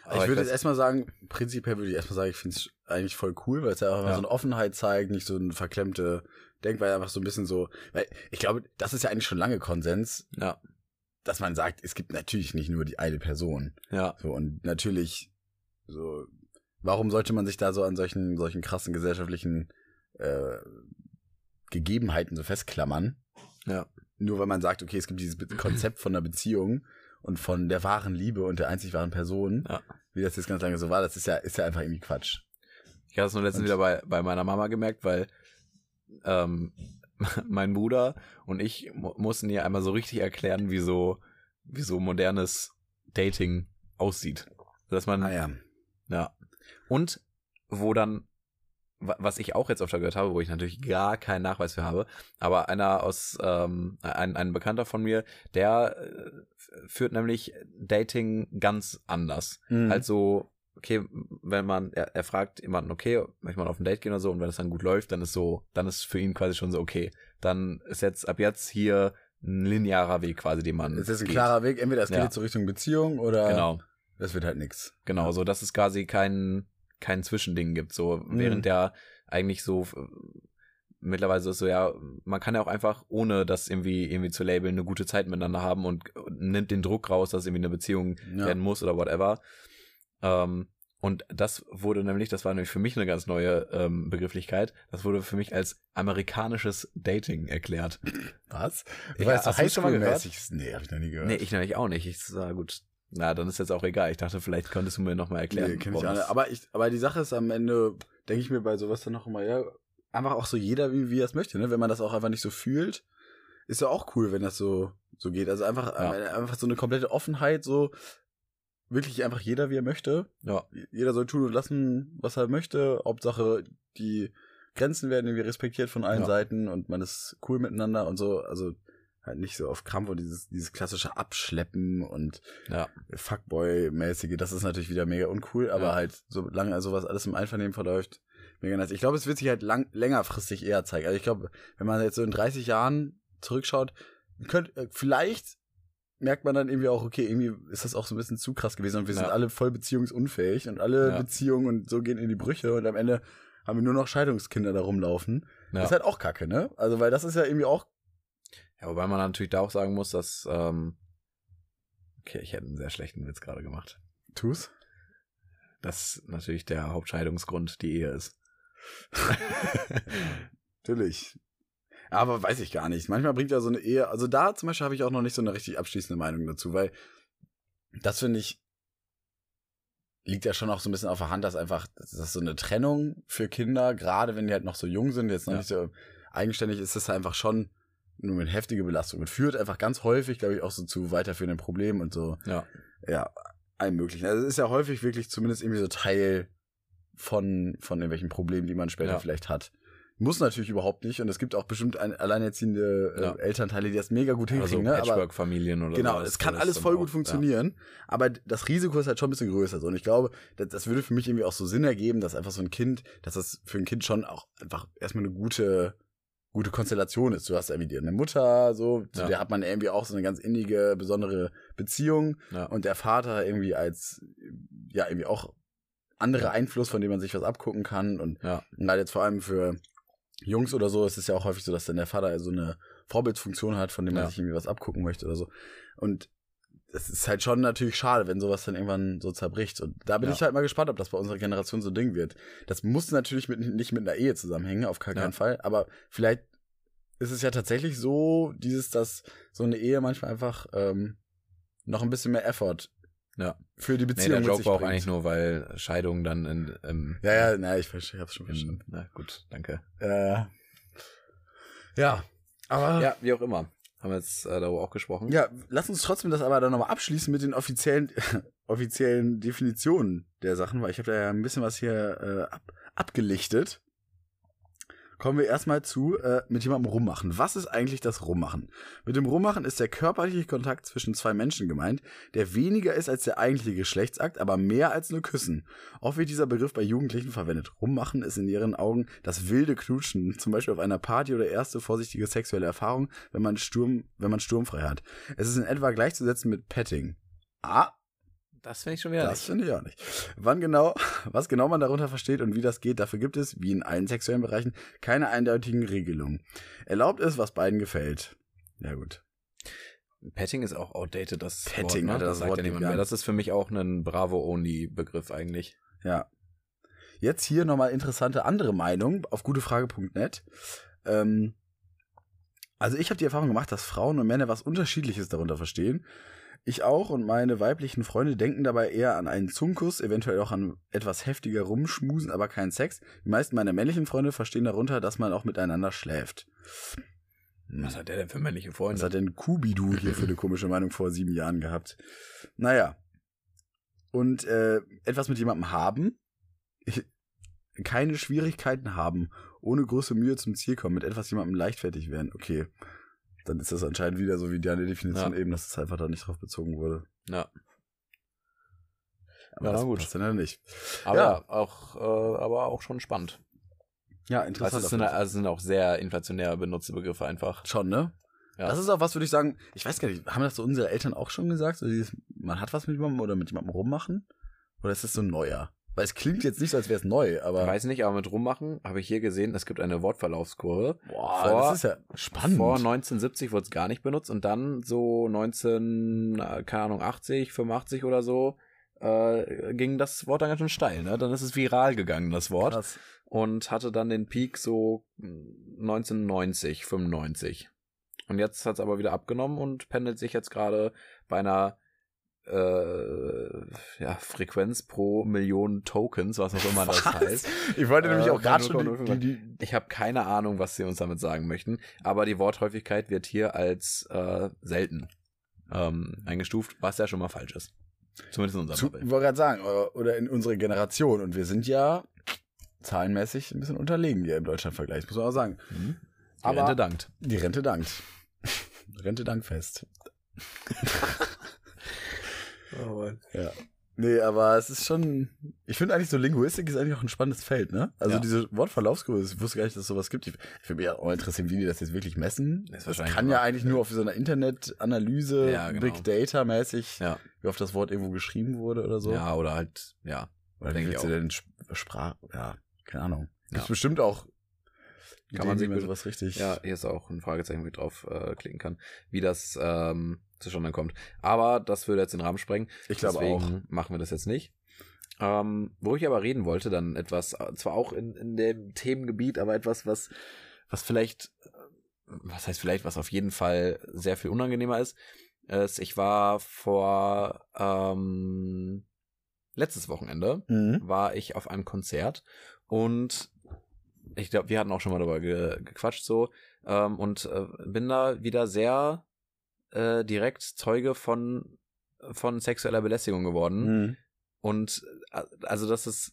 Speaker 2: Aber
Speaker 1: ich würde
Speaker 2: weiß-
Speaker 1: jetzt erstmal sagen, prinzipiell würde ich erstmal sagen, ich finde es eigentlich voll cool, weil es ja auch immer
Speaker 2: Ja.
Speaker 1: so eine Offenheit zeigt, nicht so eine verklemmte Denkweise, einfach so ein bisschen so. Weil ich glaube, das ist ja eigentlich schon lange Konsens,
Speaker 2: ja,
Speaker 1: dass man sagt, es gibt natürlich nicht nur die eine Person.
Speaker 2: ja,
Speaker 1: So, und natürlich, so, warum sollte man sich da so an solchen, solchen krassen gesellschaftlichen äh, Gegebenheiten so festklammern?
Speaker 2: Ja.
Speaker 1: Nur weil man sagt, okay, es gibt dieses Be- Konzept von einer Beziehung und von der wahren Liebe und der einzig wahren Person,
Speaker 2: Ja.
Speaker 1: wie das jetzt ganz lange so war, das ist ja, ist ja einfach irgendwie Quatsch.
Speaker 2: ich habe es nur letztens
Speaker 1: Und-
Speaker 2: wieder bei bei meiner Mama gemerkt, weil ähm, mein Bruder und ich mu mussten ihr einmal so richtig erklären, wie so wie so modernes Dating aussieht, dass man
Speaker 1: Naja.
Speaker 2: Ah Ja. Und wo dann, wa- was ich auch jetzt öfter gehört habe, wo ich natürlich gar keinen Nachweis für habe, aber einer aus, ähm, ein, ein Bekannter von mir, der äh, f- führt nämlich Dating ganz anders.
Speaker 1: Mhm.
Speaker 2: Halt so, okay, wenn man, er, er fragt jemanden, okay, möchte man auf ein Date gehen oder so, und wenn es dann gut läuft, dann ist so, dann ist für ihn quasi schon so, okay, dann ist jetzt ab jetzt hier ein linearer Weg quasi, den man.
Speaker 1: es ist ein
Speaker 2: geht.
Speaker 1: klarer Weg, entweder es geht
Speaker 2: Ja.
Speaker 1: jetzt so Richtung Beziehung oder
Speaker 2: Genau.
Speaker 1: das wird halt nix.
Speaker 2: Genau, so dass es quasi kein, kein Zwischending gibt. So,
Speaker 1: Mhm.
Speaker 2: während der eigentlich so f- mittlerweile so ist so, ja, man kann ja auch einfach, ohne das irgendwie, irgendwie zu labeln, eine gute Zeit miteinander haben und, und nimmt den Druck raus, dass irgendwie eine Beziehung
Speaker 1: Ja.
Speaker 2: werden muss oder whatever. Ähm, und das wurde nämlich, das war nämlich für mich eine ganz neue ähm, Begrifflichkeit, das wurde für mich als amerikanisches Dating erklärt.
Speaker 1: Was?
Speaker 2: Ja, hast du das schon mal gehört?
Speaker 1: Highschool-mäßig- Nee, hab ich noch nie gehört.
Speaker 2: Nee, ich nämlich auch nicht. Ich sag, gut, na, dann ist jetzt auch egal. Ich dachte, vielleicht könntest du mir nochmal erklären.
Speaker 1: Nee, kenn ich
Speaker 2: warum
Speaker 1: auch nicht.
Speaker 2: das-
Speaker 1: Aber, ich, aber die Sache ist am Ende, denke ich mir bei sowas dann noch immer, ja, einfach auch so jeder, wie, wie er es möchte, ne? Wenn man das auch einfach nicht so fühlt, ist ja auch cool, wenn das so, so geht. Also einfach,
Speaker 2: Ja.
Speaker 1: äh, einfach so eine komplette Offenheit, so wirklich einfach jeder, wie er möchte.
Speaker 2: ja.
Speaker 1: Jeder soll tun und lassen, was er möchte. Hauptsache, die Grenzen werden irgendwie respektiert von allen
Speaker 2: Ja.
Speaker 1: Seiten und man ist cool miteinander und so. Also halt nicht so auf Krampf und dieses, dieses klassische Abschleppen und
Speaker 2: Ja.
Speaker 1: Fuckboy-mäßige, das ist natürlich wieder mega uncool, aber
Speaker 2: Ja.
Speaker 1: halt, solange sowas alles im Einvernehmen verläuft, mega nice. Ich glaube, es wird sich halt lang, längerfristig eher zeigen. Also ich glaube, wenn man jetzt so in 30 Jahren zurückschaut, könnt, äh, vielleicht merkt man dann irgendwie auch, okay, irgendwie ist das auch so ein bisschen zu krass gewesen und wir sind
Speaker 2: Ja.
Speaker 1: alle voll beziehungsunfähig und alle
Speaker 2: Ja.
Speaker 1: Beziehungen und so gehen in die Brüche und am Ende haben wir nur noch Scheidungskinder da rumlaufen.
Speaker 2: Ja.
Speaker 1: Das ist halt auch kacke, ne? Also, weil das ist ja irgendwie auch,
Speaker 2: Ja, wobei man natürlich da auch sagen muss, dass. Ähm, okay, ich hätte einen sehr schlechten Witz gerade gemacht.
Speaker 1: tu's.
Speaker 2: Dass natürlich der Hauptscheidungsgrund die Ehe ist.
Speaker 1: Natürlich. Aber weiß ich gar nicht. Manchmal bringt ja so eine Ehe, also da zum Beispiel habe ich auch noch nicht so eine richtig abschließende Meinung dazu, weil das finde ich, liegt ja schon auch so ein bisschen auf der Hand, dass einfach, dass so eine Trennung für Kinder, gerade wenn die halt noch so jung sind, jetzt noch
Speaker 2: Ja.
Speaker 1: nicht so eigenständig, ist das einfach schon nur eine heftige Belastung und führt einfach ganz häufig, glaube ich, auch so zu weiterführenden Problemen und so
Speaker 2: Ja.
Speaker 1: ja, allem möglichen. Also es ist ja häufig wirklich zumindest irgendwie so Teil von, von irgendwelchen Problemen, die man später
Speaker 2: Ja.
Speaker 1: vielleicht hat. Muss natürlich überhaupt nicht und es gibt auch bestimmt ein, alleinerziehende äh,
Speaker 2: Ja.
Speaker 1: Elternteile, die das mega gut
Speaker 2: Also
Speaker 1: hinkriegen. ne? Aber
Speaker 2: Patchwork-Familien oder
Speaker 1: genau,
Speaker 2: sowas,
Speaker 1: es kann
Speaker 2: das
Speaker 1: alles
Speaker 2: dann
Speaker 1: voll
Speaker 2: auch-
Speaker 1: gut funktionieren, aber das Risiko ist halt schon ein bisschen größer. So. Und ich glaube, das, das würde für mich irgendwie auch so Sinn ergeben, dass einfach so ein Kind, dass das für ein Kind schon auch einfach erstmal eine gute gute Konstellation ist. Du hast irgendwie eine Mutter, so, zu
Speaker 2: Ja.
Speaker 1: der hat man irgendwie auch so eine ganz innige, besondere Beziehung.
Speaker 2: Ja. ja.
Speaker 1: Und der Vater irgendwie als, ja, irgendwie auch anderer Einfluss, von dem man sich was abgucken kann. Und
Speaker 2: Ja.
Speaker 1: gerade jetzt vor allem für Jungs oder so ist es ja auch häufig so, dass dann der Vater so eine Vorbildfunktion hat, von dem man
Speaker 2: Ja.
Speaker 1: sich irgendwie was abgucken möchte oder so. Und das ist halt schon natürlich schade, wenn sowas dann irgendwann so zerbricht. Und da bin
Speaker 2: Ja.
Speaker 1: ich halt mal gespannt, ob das bei unserer Generation so ein Ding wird. Das muss natürlich mit, nicht mit einer Ehe zusammenhängen, auf gar
Speaker 2: Ja.
Speaker 1: keinen Fall. Aber vielleicht ist es ja tatsächlich so, dieses, dass so eine Ehe manchmal einfach ähm, noch ein bisschen mehr Effort
Speaker 2: Ja.
Speaker 1: für die
Speaker 2: Nee,
Speaker 1: Beziehung
Speaker 2: der
Speaker 1: mit
Speaker 2: Joke
Speaker 1: sich
Speaker 2: war auch
Speaker 1: bringt.
Speaker 2: eigentlich nur, weil Scheidung dann in. Ähm,
Speaker 1: Ja, ja, na, ich verstehe, hab's schon
Speaker 2: in
Speaker 1: verstanden.
Speaker 2: na gut, danke.
Speaker 1: Äh, ja, aber ja.
Speaker 2: Ja, wie auch immer. Haben wir jetzt äh, darüber auch gesprochen.
Speaker 1: lass uns trotzdem das aber dann nochmal abschließen mit den offiziellen, offiziellen Definitionen der Sachen, weil ich habe da ja ein bisschen was hier äh, ab, abgelichtet. Kommen wir erstmal zu äh, mit jemandem rummachen. Was ist eigentlich das Rummachen? Mit dem Rummachen ist der körperliche Kontakt zwischen zwei Menschen gemeint, der weniger ist als der eigentliche Geschlechtsakt, aber mehr als nur Küssen. Oft wird dieser Begriff bei Jugendlichen verwendet. Rummachen ist in ihren Augen das wilde Knutschen, zum Beispiel auf einer Party oder erste vorsichtige sexuelle Erfahrung, wenn man, Sturm, wenn man sturmfrei hat. Es ist in etwa gleichzusetzen mit Petting. Ah,
Speaker 2: Das finde ich schon wieder.
Speaker 1: das finde ich auch nicht. Wann genau, was genau man darunter versteht und wie das geht, dafür gibt es, wie in allen sexuellen Bereichen, keine eindeutigen Regelungen. Erlaubt ist, was beiden gefällt. Ja gut.
Speaker 2: Petting ist auch outdated, das
Speaker 1: Petting,
Speaker 2: Wort, ne?
Speaker 1: Alter, das
Speaker 2: das sagt
Speaker 1: Wort
Speaker 2: ja niemand
Speaker 1: geht gar
Speaker 2: mehr. Das ist für mich auch ein Bravo-Only-Begriff eigentlich.
Speaker 1: Ja. Jetzt hier nochmal interessante andere Meinung auf gutefrage.net. Ähm, also ich habe die Erfahrung gemacht, dass Frauen und Männer was Unterschiedliches darunter verstehen. Ich auch und meine weiblichen Freunde denken dabei eher an einen Zunkus, eventuell auch an etwas heftiger Rumschmusen, aber keinen Sex. Die meisten meiner männlichen Freunde verstehen darunter, dass man auch miteinander schläft. Hm.
Speaker 2: Was hat der denn für männliche
Speaker 1: Was
Speaker 2: Freunde?
Speaker 1: hat denn Kubidu hier für eine komische Meinung vor sieben Jahren gehabt? Naja. Und äh, etwas mit jemandem haben, keine Schwierigkeiten haben, ohne große Mühe zum Ziel kommen, mit etwas jemandem leichtfertig werden. Okay. Dann ist das anscheinend wieder so wie deine Definition
Speaker 2: Ja.
Speaker 1: eben, dass es einfach da nicht drauf bezogen wurde.
Speaker 2: Ja.
Speaker 1: Aber
Speaker 2: Ja,
Speaker 1: das
Speaker 2: na gut.
Speaker 1: passt dann ja nicht.
Speaker 2: Aber
Speaker 1: ja.
Speaker 2: auch, äh, aber auch schon spannend.
Speaker 1: Ja,
Speaker 2: Das,
Speaker 1: interessant. auf
Speaker 2: sind,
Speaker 1: jeden Fall.
Speaker 2: also sind auch sehr inflationär benutzte Begriffe einfach.
Speaker 1: Schon, ne?
Speaker 2: Ja.
Speaker 1: Das ist auch was, würde ich sagen, ich weiß gar nicht, haben das so unsere Eltern auch schon gesagt? So dieses, man hat was mit jemandem oder mit jemandem rummachen? Oder ist das so ein neuer? Weil es klingt jetzt nicht so, als wäre es neu, aber.
Speaker 2: Ich weiß nicht, aber mit rummachen habe ich hier gesehen, es gibt eine Wortverlaufskurve.
Speaker 1: boah,
Speaker 2: vor-
Speaker 1: das ist ja spannend.
Speaker 2: Vor 1970 wurde es gar nicht benutzt und dann so 19, äh, keine Ahnung, 80, 85 oder so, äh, ging das Wort dann ganz schön steil. Ne? Dann ist es viral gegangen, das Wort.
Speaker 1: Krass.
Speaker 2: Und hatte dann den Peak so 1990, 95. Und jetzt hat es aber wieder abgenommen und pendelt sich jetzt gerade bei einer äh, ja, Frequenz pro Million Tokens, was auch immer das
Speaker 1: Was?
Speaker 2: heißt.
Speaker 1: Ich wollte nämlich
Speaker 2: Äh,
Speaker 1: auch gerade
Speaker 2: bei
Speaker 1: schon
Speaker 2: 0,05.
Speaker 1: die, die,
Speaker 2: Ich habe keine Ahnung, was sie uns damit sagen möchten, aber die Worthäufigkeit wird hier als äh, selten ähm, eingestuft, was ja schon mal falsch ist. Zumindest in
Speaker 1: die
Speaker 2: unserem
Speaker 1: zu,
Speaker 2: Fall.
Speaker 1: wollte gerade sagen, äh, oder in unserer Generation. Und wir sind ja zahlenmäßig ein bisschen unterlegen hier im Deutschland-Vergleich, muss man auch sagen.
Speaker 2: Mhm. Die
Speaker 1: Aber-
Speaker 2: Rente dankt.
Speaker 1: Die Rente dankt. Rente dankt fest. Ja. Nee, aber es ist schon. Ich finde eigentlich so Linguistik ist eigentlich auch ein spannendes Feld, ne? Also
Speaker 2: Ja.
Speaker 1: diese Wortverlaufskurve, ich wusste gar nicht, dass es sowas gibt. Ich ich würde mich auch mal interessieren, wie die das jetzt wirklich messen.
Speaker 2: Ist
Speaker 1: Das,
Speaker 2: wahrscheinlich
Speaker 1: kann ja
Speaker 2: immer-
Speaker 1: eigentlich nur auf so einer Internetanalyse,
Speaker 2: Ja, genau.
Speaker 1: Big Data-mäßig,
Speaker 2: Ja.
Speaker 1: wie oft das Wort irgendwo geschrieben wurde oder so.
Speaker 2: Ja, oder halt, ja.
Speaker 1: Oder wie
Speaker 2: Denk ich
Speaker 1: willst du
Speaker 2: auch.
Speaker 1: denn Sp- Sprach. Ja, keine Ahnung.
Speaker 2: Ja.
Speaker 1: Gibt bestimmt auch.
Speaker 2: Kann man
Speaker 1: Ideen,
Speaker 2: sich
Speaker 1: wie
Speaker 2: mit-
Speaker 1: sowas richtig.
Speaker 2: Ja, hier ist auch ein Fragezeichen, wo ich drauf äh, klicken kann, wie das ähm, zustande kommt. Aber das würde jetzt den Rahmen sprengen.
Speaker 1: ich glaube
Speaker 2: Deswegen
Speaker 1: auch.
Speaker 2: machen wir das jetzt nicht. Ähm, wo ich aber reden wollte, dann etwas, äh, zwar auch in, in dem Themengebiet, aber etwas, was, was vielleicht, äh, was heißt vielleicht, was auf jeden Fall sehr viel unangenehmer ist, ist, ich war vor ähm, letztes Wochenende
Speaker 1: Mhm.
Speaker 2: war ich auf einem Konzert und ich glaube, wir hatten auch schon mal darüber ge gequatscht so ähm, und äh, bin da wieder sehr äh, direkt Zeuge von von sexueller Belästigung geworden
Speaker 1: Mhm.
Speaker 2: und äh, also das ist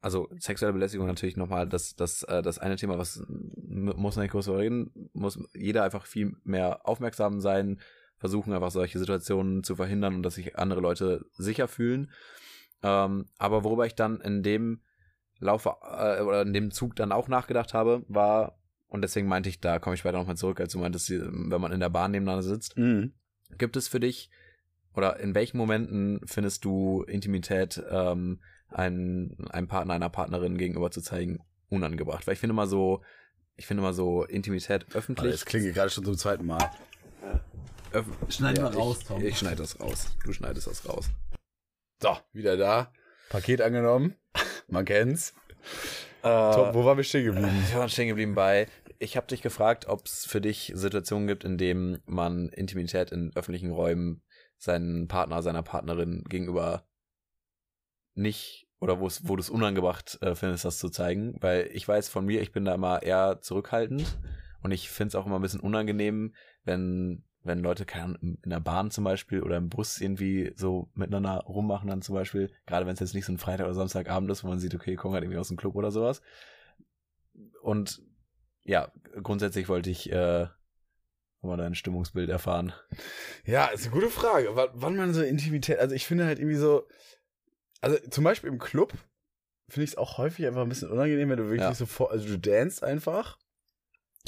Speaker 2: also sexuelle Belästigung natürlich nochmal das das äh, das eine Thema, was m- muss man nicht groß drüber reden, muss jeder einfach viel mehr aufmerksam sein, versuchen einfach solche Situationen zu verhindern und dass sich andere Leute sicher fühlen. Ähm, aber worüber ich dann in dem Laufe äh, oder in dem Zug dann auch nachgedacht habe, war und deswegen meinte ich, da komme ich später nochmal zurück, als du meintest, die- wenn man in der Bahn nebeneinander sitzt,
Speaker 1: Mhm.
Speaker 2: Gibt es für dich oder in welchen Momenten findest du Intimität ähm, einem, einem Partner, einer Partnerin gegenüber zu zeigen unangebracht? Weil ich finde immer so, ich finde immer so Intimität
Speaker 1: Warte,
Speaker 2: öffentlich.
Speaker 1: Es klinge gerade schon zum zweiten Mal.
Speaker 2: Öff
Speaker 3: Schneid mal
Speaker 2: ich,
Speaker 3: raus, Tom.
Speaker 2: Ich schneide das raus. Du schneidest das raus.
Speaker 1: So, wieder da. Paket angenommen. Man kennt's.
Speaker 2: Äh,
Speaker 1: Top, wo waren wir stehen geblieben?
Speaker 2: Wir waren stehen geblieben bei. Ich habe dich gefragt, ob es für dich Situationen gibt, in denen man Intimität in öffentlichen Räumen seinen Partner, seiner Partnerin gegenüber nicht oder wo es, wo du es unangebracht äh, findest, das zu zeigen. Weil ich weiß von mir, ich bin da immer eher zurückhaltend und ich finde es auch immer ein bisschen unangenehm, wenn wenn Leute keine Ahnung, in der Bahn zum Beispiel oder im Bus irgendwie so miteinander rummachen dann zum Beispiel, gerade wenn es jetzt nicht so ein Freitag oder Samstagabend ist, wo man sieht, okay, kommen halt irgendwie aus dem Club oder sowas, und ja, grundsätzlich wollte ich äh, mal dein Stimmungsbild erfahren.
Speaker 1: Ja, ist eine gute Frage. W wann man so Intimität, also ich finde halt irgendwie so, also zum Beispiel im Club finde ich es auch häufig einfach ein bisschen unangenehm, wenn du wirklich
Speaker 2: Ja.
Speaker 1: so vor, also du danst einfach.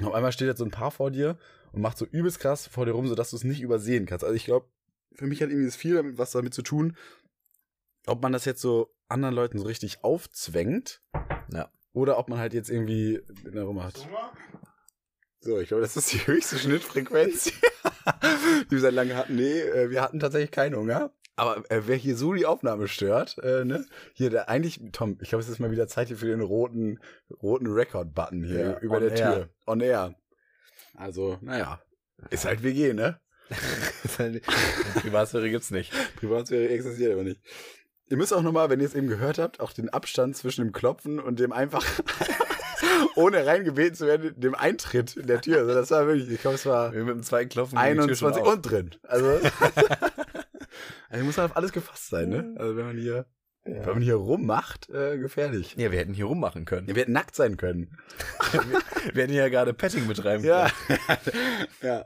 Speaker 1: Auf einmal steht jetzt so ein Paar vor dir und macht so übelst krass vor dir rum, sodass du es nicht übersehen kannst. Also ich glaube, für mich hat irgendwie das viel damit, was damit zu tun, ob man das jetzt so anderen Leuten so richtig aufzwängt.
Speaker 2: Ja.
Speaker 1: Oder ob man halt jetzt irgendwie darum macht. So, ich glaube, das ist die höchste Schnittfrequenz, die wir seit langem hatten. Nee, äh, wir hatten tatsächlich keinen Hunger. Aber äh, wer hier so die Aufnahme stört, äh, ne? Hier, der eigentlich, Tom, ich glaube, es ist mal wieder Zeit hier für den roten, roten Record-Button hier
Speaker 2: Ja,
Speaker 1: über
Speaker 2: on
Speaker 1: der
Speaker 2: air.
Speaker 1: Tür. On air. Also, naja. Ist halt WG, ne?
Speaker 2: Privatsphäre gibt's nicht.
Speaker 1: Privatsphäre existiert aber nicht. Ihr müsst auch nochmal, wenn ihr es eben gehört habt, auch den Abstand zwischen dem Klopfen und dem einfach, ohne reingebeten zu werden, dem Eintritt in der Tür. Also das war wirklich, ich glaube, es war
Speaker 2: Mit dem zweiten Klopfen
Speaker 1: 21 und drin. Also, also muss man auf alles gefasst sein, ne? Also wenn man hier, wenn man hier rummacht, äh, gefährlich.
Speaker 2: Ja, wir hätten hier rummachen können.
Speaker 1: Ja, wir hätten nackt sein können.
Speaker 2: Wir hätten hier gerade Petting betreiben
Speaker 1: Ja. ja.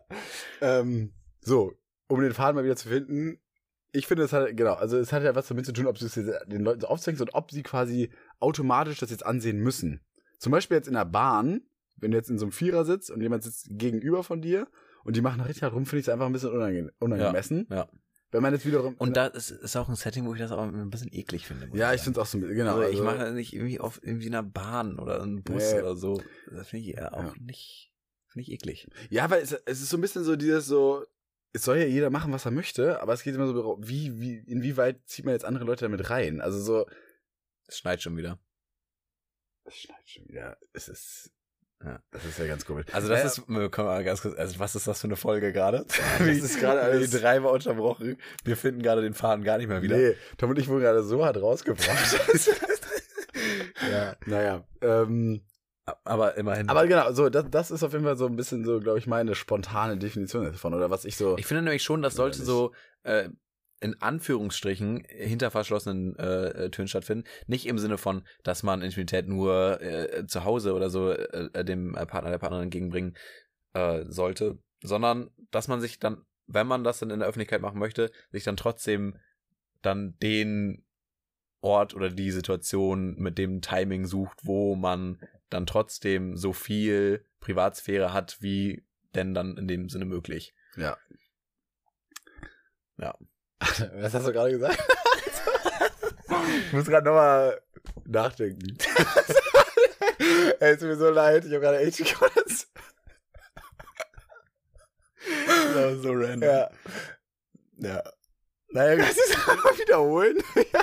Speaker 1: Ähm, so, um den Faden mal wieder zu finden. Ich finde, es hat, genau, also es hat ja was damit zu tun, ob du es jetzt den Leuten so aufzwängst und ob sie quasi automatisch das jetzt ansehen müssen. Zum Beispiel jetzt in der Bahn, wenn du jetzt in so einem Vierer sitzt und jemand sitzt gegenüber von dir und die machen richtig hart rum, finde ich es einfach ein bisschen unange unangemessen.
Speaker 2: Ja, ja.
Speaker 1: Wenn man jetzt wiederum.
Speaker 2: Und da ist, ist auch ein Setting, wo ich das auch ein bisschen eklig finde. muss
Speaker 1: ja, ich
Speaker 2: sagen.
Speaker 1: finde es auch so, ein bisschen- genau.
Speaker 2: also, ich
Speaker 1: also-
Speaker 2: mache das nicht irgendwie auf irgendwie in einer Bahn oder einem Bus
Speaker 1: Nee.
Speaker 2: oder so. Das finde ich ja auch
Speaker 1: Ja.
Speaker 2: nicht, finde ich eklig.
Speaker 1: Ja, weil es, es ist so ein bisschen so dieses so, es soll ja jeder machen, was er möchte, aber es geht immer so, darüber, wie, wie, inwieweit zieht man jetzt andere Leute damit rein? Also so,
Speaker 2: Es schneit schon wieder.
Speaker 1: es schneit schon wieder, es ist,
Speaker 2: Ja.
Speaker 1: das ist ja ganz komisch.
Speaker 2: Also das
Speaker 1: Naja,
Speaker 2: ist, wir können mal ganz kurz, also was ist das für eine Folge gerade?
Speaker 1: ist gerade alles-
Speaker 2: Die drei war unterbrochen. Wir finden gerade den Faden gar nicht mehr wieder.
Speaker 1: Nee, Tom und ich wurden gerade so hart rausgebracht. ja, naja, ähm,
Speaker 2: Aber immerhin.
Speaker 1: aber genau, so, das, das ist auf jeden Fall so ein bisschen so, glaube ich, meine spontane Definition davon, oder was ich so,
Speaker 2: ich finde nämlich schon, das sollte
Speaker 1: Ehrlich.
Speaker 2: so äh, in Anführungsstrichen hinter verschlossenen äh, äh, Türen stattfinden. Nicht im Sinne von, dass man Intimität nur äh, zu Hause oder so äh, äh, dem äh, Partner der Partnerin entgegenbringen äh, sollte, sondern dass man sich dann, wenn man das dann in der Öffentlichkeit machen möchte, sich dann trotzdem dann den Ort oder die Situation mit dem Timing sucht, wo man dann trotzdem so viel Privatsphäre hat, wie denn dann in dem Sinne möglich.
Speaker 1: Ja.
Speaker 2: Ja.
Speaker 1: Was hast du gerade gesagt?
Speaker 2: Ich muss gerade nochmal nachdenken.
Speaker 1: Ey, es tut mir so leid, ich habe gerade echt kurz.
Speaker 2: so random.
Speaker 1: Ja. Ja. Naja, kannst du es nochmal wiederholen?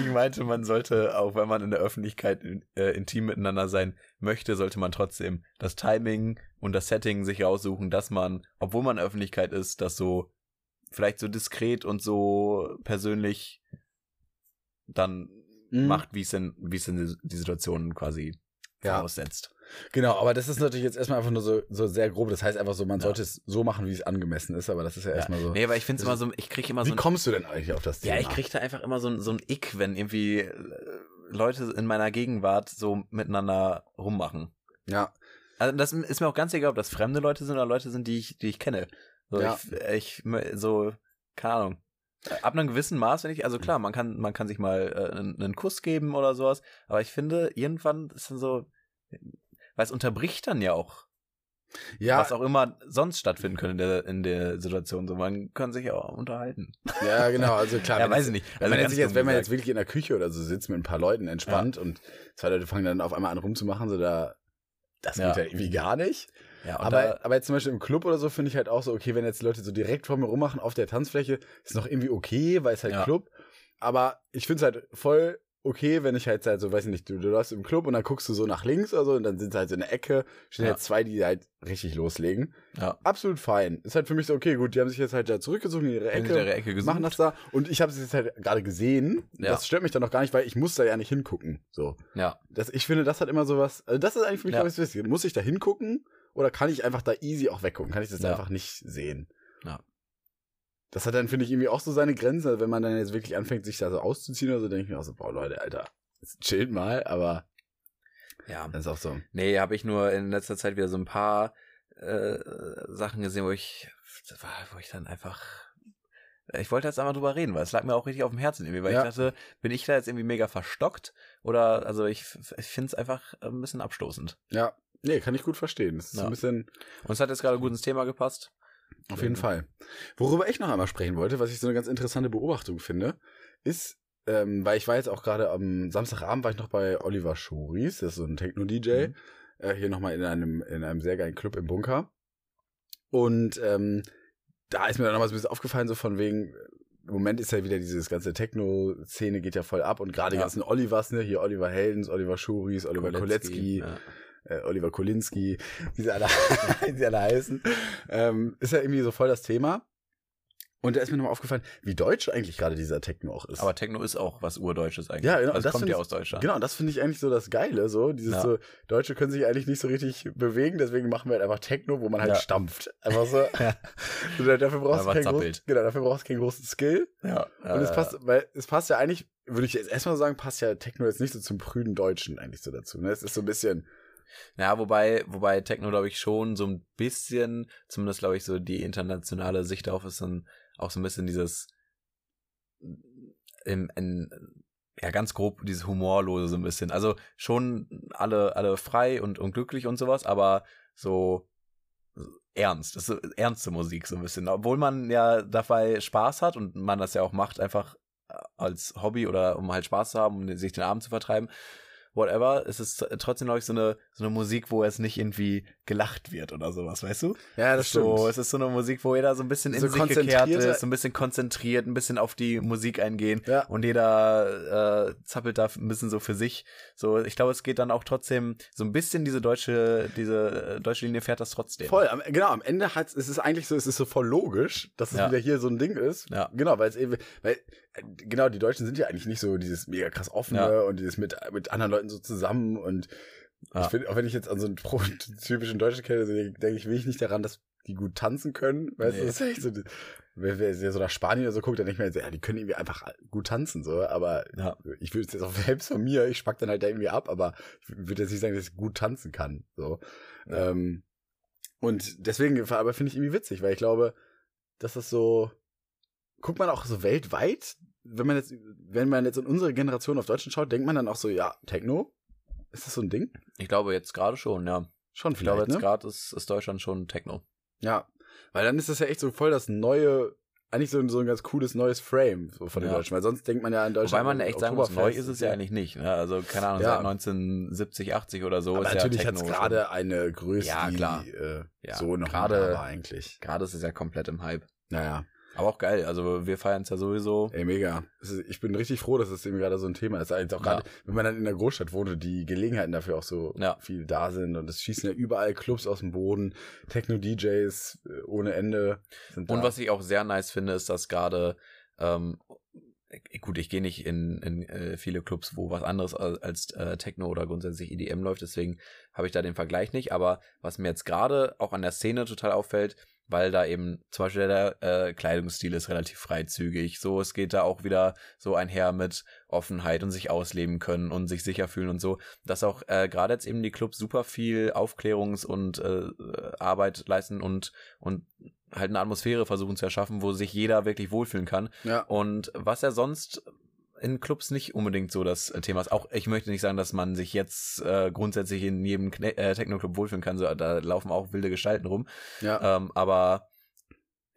Speaker 2: Ich meinte, man sollte, auch wenn man in der Öffentlichkeit äh, intim miteinander sein möchte, sollte man trotzdem das Timing und das Setting sich raussuchen, dass man, obwohl man in der Öffentlichkeit ist, das so vielleicht so diskret und so persönlich dann
Speaker 1: Mhm.
Speaker 2: macht, wie es denn, wie es denn die Situation quasi
Speaker 1: Ja.
Speaker 2: voraussetzt.
Speaker 1: Genau, aber das ist natürlich jetzt erstmal einfach nur so, so sehr grob. Das heißt einfach so, man
Speaker 2: Ja.
Speaker 1: sollte es so machen, wie es angemessen ist, aber das ist ja erstmal so.
Speaker 2: Nee, aber ich finde es immer so, ich kriege immer
Speaker 1: wie
Speaker 2: so ein
Speaker 1: kommst du denn eigentlich auf das Thema?
Speaker 2: Ja, ich krieg da einfach immer so ein, so ein Ick, wenn irgendwie äh, Leute in meiner Gegenwart so miteinander rummachen.
Speaker 1: Ja,
Speaker 2: Also das ist mir auch ganz egal, ob das fremde Leute sind oder Leute sind, die ich, die ich kenne. So,
Speaker 1: Ja.
Speaker 2: ich, ich, so, keine Ahnung. Äh, Ab einem gewissen Maß, wenn ich, also klar, man kann, man kann sich mal äh, einen, einen Kuss geben oder sowas, aber ich finde, irgendwann ist dann so, weil es unterbricht dann ja auch,
Speaker 1: ja,
Speaker 2: was auch immer sonst stattfinden könnte in der, in der Situation. So, man kann sich ja auch unterhalten.
Speaker 1: ja, genau. Also klar,
Speaker 2: ja,
Speaker 1: wenn jetzt-
Speaker 2: weiß ich nicht.
Speaker 1: Wenn man,
Speaker 2: ganz
Speaker 1: jetzt, jetzt,
Speaker 2: dumm
Speaker 1: wenn man
Speaker 2: gesagt.
Speaker 1: jetzt wirklich in der Küche oder so sitzt mit ein paar Leuten entspannt und zwei Leute fangen dann auf einmal an rumzumachen, so da, das
Speaker 2: Ja.
Speaker 1: geht ja irgendwie gar nicht.
Speaker 2: ja, und
Speaker 1: Aber,
Speaker 2: da-
Speaker 1: aber jetzt zum Beispiel im Club oder so finde ich halt auch so, okay, wenn jetzt Leute so direkt vor mir rummachen auf der Tanzfläche, ist noch irgendwie okay, weil es halt
Speaker 2: Ja.
Speaker 1: Club. Aber ich finde es halt voll okay, wenn ich halt, halt so, weiß ich nicht, du, du läufst im Club und dann guckst du so nach links oder so und dann sind sie halt so in der Ecke, stehen
Speaker 2: Ja.
Speaker 1: halt zwei, die halt richtig loslegen.
Speaker 2: Ja.
Speaker 1: Absolut fein. Ist halt für mich so, okay, gut, die haben sich jetzt halt da zurückgezogen in ihre
Speaker 2: Ecke,
Speaker 1: Ecke.
Speaker 2: hinter der Ecke gesucht.
Speaker 1: machen das da und ich habe es jetzt halt gerade gesehen.
Speaker 2: Ja.
Speaker 1: Das stört mich dann noch gar nicht, weil ich muss da ja nicht hingucken. So,
Speaker 2: Ja.
Speaker 1: das, ich finde, das hat immer sowas. Also das ist eigentlich für mich
Speaker 2: Ja.
Speaker 1: glaub ich, das Wichtige. Muss ich da hingucken oder kann ich einfach da easy auch weggucken? Kann ich das
Speaker 2: Ja.
Speaker 1: einfach nicht sehen?
Speaker 2: Ja.
Speaker 1: Das hat dann finde ich irgendwie auch so seine Grenze, Also wenn man dann jetzt wirklich anfängt, sich da so auszuziehen oder so, denke ich mir auch so, boah Leute, Alter, jetzt chillt mal, aber
Speaker 2: Ja.
Speaker 1: das ist auch so.
Speaker 2: Nee, habe ich nur in letzter Zeit wieder so ein paar äh, Sachen gesehen, wo ich, wo ich dann einfach. Ich wollte jetzt einfach drüber reden, weil es lag mir auch richtig auf dem Herzen irgendwie, weil
Speaker 1: Ja.
Speaker 2: ich dachte, bin ich da jetzt irgendwie mega verstockt oder also ich, f- ich finde es einfach ein bisschen abstoßend.
Speaker 1: Ja, nee, kann ich gut verstehen. Das ist
Speaker 2: Ja.
Speaker 1: ein bisschen
Speaker 2: Und es hat jetzt gerade gut ins Thema gepasst.
Speaker 1: Auf jeden
Speaker 2: Mhm.
Speaker 1: Fall. Worüber ich noch einmal sprechen wollte, was ich so eine ganz interessante Beobachtung finde, ist, ähm, weil ich war jetzt auch gerade am Samstagabend war ich noch bei Oliver Schuris, das ist so ein Techno-DJ,
Speaker 2: Mhm.
Speaker 1: äh, hier nochmal in einem, in einem sehr geilen Club im Bunker. Und ähm, da ist mir dann nochmal so ein bisschen aufgefallen, so von wegen, im Moment ist ja wieder dieses ganze Techno-Szene geht ja voll ab und gerade die
Speaker 2: Ja.
Speaker 1: ganzen Olivers, ne, hier Oliver Heldens, Oliver Schuris, Oliver Koletzki,
Speaker 2: Ja.
Speaker 1: äh, Oliver Kolinski, wie sie alle, wie sie alle heißen, ähm, ist ja irgendwie so voll das Thema. Und da ist mir nochmal aufgefallen, wie deutsch eigentlich gerade dieser Techno auch ist.
Speaker 2: Aber Techno ist auch was Urdeutsches eigentlich.
Speaker 1: Ja, genau,
Speaker 2: Also
Speaker 1: das
Speaker 2: kommt
Speaker 1: find
Speaker 2: ja
Speaker 1: ich-
Speaker 2: aus Deutschland.
Speaker 1: genau, das finde ich eigentlich so das Geile, so dieses
Speaker 2: Ja.
Speaker 1: so, Deutsche können sich eigentlich nicht so richtig bewegen, deswegen machen wir halt einfach Techno, wo man halt
Speaker 2: Ja.
Speaker 1: stampft. Einfach so.
Speaker 2: Ja.
Speaker 1: so da- dafür brauchst du
Speaker 2: Einfach
Speaker 1: keinen großen,
Speaker 2: zappelt.
Speaker 1: genau, dafür brauchst du keinen großen Skill.
Speaker 2: Ja.
Speaker 1: Und es
Speaker 2: Äh,
Speaker 1: passt, weil es passt ja eigentlich, würde ich jetzt erstmal sagen, passt ja Techno jetzt nicht so zum prüden Deutschen eigentlich so dazu. Ne? Es ist so ein bisschen,
Speaker 2: Ja, wobei, wobei Techno, glaube ich, schon so ein bisschen, zumindest glaube ich, so die internationale Sicht darauf ist dann auch so ein bisschen dieses äh, im, in, ja, ganz grob dieses Humorlose so ein bisschen. Also schon alle, alle frei und, und glücklich und sowas, aber so äh, ernst. Das ist so ernste Musik so ein bisschen. Obwohl man ja dabei Spaß hat und man das ja auch macht, einfach als Hobby oder um halt Spaß zu haben, um sich den Abend zu vertreiben. Whatever, es ist trotzdem, glaube ich, so eine, so eine Musik, wo jetzt nicht irgendwie gelacht wird oder sowas, weißt du?
Speaker 1: ja,
Speaker 2: so, es ist so eine Musik, wo jeder so ein bisschen in
Speaker 1: So halt.
Speaker 2: sich gekehrt
Speaker 1: konzentrierter-
Speaker 2: ist, so ein bisschen konzentriert, ein bisschen auf die Musik eingehen
Speaker 1: Ja.
Speaker 2: und jeder äh, zappelt da ein bisschen so für sich. So, ich glaube, es geht dann auch trotzdem so ein bisschen diese deutsche, diese äh, deutsche Linie fährt das trotzdem.
Speaker 1: Voll, am, genau, am Ende hat's, es ist eigentlich so, es ist so voll logisch, dass es
Speaker 2: Ja.
Speaker 1: wieder hier so ein Ding ist.
Speaker 2: Ja.
Speaker 1: Genau, weil es eben, weil, äh, genau, die Deutschen sind ja eigentlich nicht so dieses mega krass offene
Speaker 2: Ja.
Speaker 1: und dieses mit, mit anderen Leuten so zusammen und
Speaker 2: Ja.
Speaker 1: ich finde, auch wenn ich jetzt an so einen pro- typischen Deutschen kenne, so, denke denk ich wenig nicht daran, dass die gut tanzen können, weißt du,
Speaker 2: Nee.
Speaker 1: das ist echt so, die- wenn wer so nach Spanien oder so guckt, dann denkt man halt so, ja, die können irgendwie einfach gut tanzen, so, aber
Speaker 2: Ja.
Speaker 1: ich würde jetzt auch selbst von mir, ich spack dann halt da irgendwie ab, aber ich würde jetzt nicht sagen, dass ich gut tanzen kann, so.
Speaker 2: Ja.
Speaker 1: Ähm, und deswegen, aber finde ich irgendwie witzig, weil ich glaube, dass das so, guckt man auch so weltweit, wenn man jetzt, wenn man jetzt in unsere Generation auf Deutschland schaut, denkt man dann auch so, ja, Techno? Ist das so ein Ding?
Speaker 2: Ich glaube jetzt gerade schon, ja.
Speaker 1: Schon
Speaker 2: Ich glaube
Speaker 1: vielleicht,
Speaker 2: jetzt
Speaker 1: ne?
Speaker 2: gerade ist, ist Deutschland schon Techno.
Speaker 1: Ja. Weil dann ist das ja echt so voll das neue, eigentlich so ein, so ein ganz cooles neues Frame so von den
Speaker 2: Ja.
Speaker 1: Deutschen. Weil sonst denkt man ja in
Speaker 2: Wobei
Speaker 1: Deutschland.
Speaker 2: man echt sagen muss, neu
Speaker 1: Oktoberfest
Speaker 2: ist es ja eigentlich nicht. Ne? Also keine Ahnung,
Speaker 1: Ja.
Speaker 2: seit 1970, 80 oder so
Speaker 1: Aber
Speaker 2: ist
Speaker 1: natürlich
Speaker 2: ja
Speaker 1: hat es
Speaker 2: Techno. schon-
Speaker 1: gerade eine Größe,
Speaker 2: Ja, klar.
Speaker 1: die äh,
Speaker 2: Ja,
Speaker 1: so noch
Speaker 2: gerade-
Speaker 1: gerade war eigentlich.
Speaker 2: Gerade ist es ja komplett im Hype.
Speaker 1: Naja,
Speaker 2: Aber auch geil, also wir feiern es ja sowieso.
Speaker 1: ey, mega. Es ist, ich bin richtig froh, dass es eben gerade so ein Thema ist. Also auch
Speaker 2: Ja.
Speaker 1: gerade, wenn man dann in der Großstadt wohnt und die Gelegenheiten dafür auch so
Speaker 2: Ja.
Speaker 1: viel da sind und es schießen ja überall Clubs aus dem Boden, Techno-DJs äh, ohne Ende sind da.
Speaker 2: Und was ich auch sehr nice finde, ist, dass gerade, ähm, äh, gut, ich gehe nicht in, in äh, viele Clubs, wo was anderes als, als äh, Techno oder grundsätzlich EDM läuft, deswegen habe ich da den Vergleich nicht. Aber was mir jetzt gerade auch an der Szene total auffällt, weil da eben zum Beispiel der äh, Kleidungsstil ist relativ freizügig. So, es geht da auch wieder so einher mit Offenheit und sich ausleben können und sich sicher fühlen und so. Dass auch äh, gerade jetzt eben die Clubs super viel Aufklärungs- und äh, Arbeit leisten und, und halt eine Atmosphäre versuchen zu erschaffen, wo sich jeder wirklich wohlfühlen kann.
Speaker 1: ja.
Speaker 2: Und was ja sonst in Clubs nicht unbedingt so das äh, Thema ist. Auch ich möchte nicht sagen, dass man sich jetzt äh, grundsätzlich in jedem Kne äh, Techno-Club wohlfühlen kann. So, da laufen auch wilde Gestalten rum.
Speaker 1: ja.
Speaker 2: Ähm, aber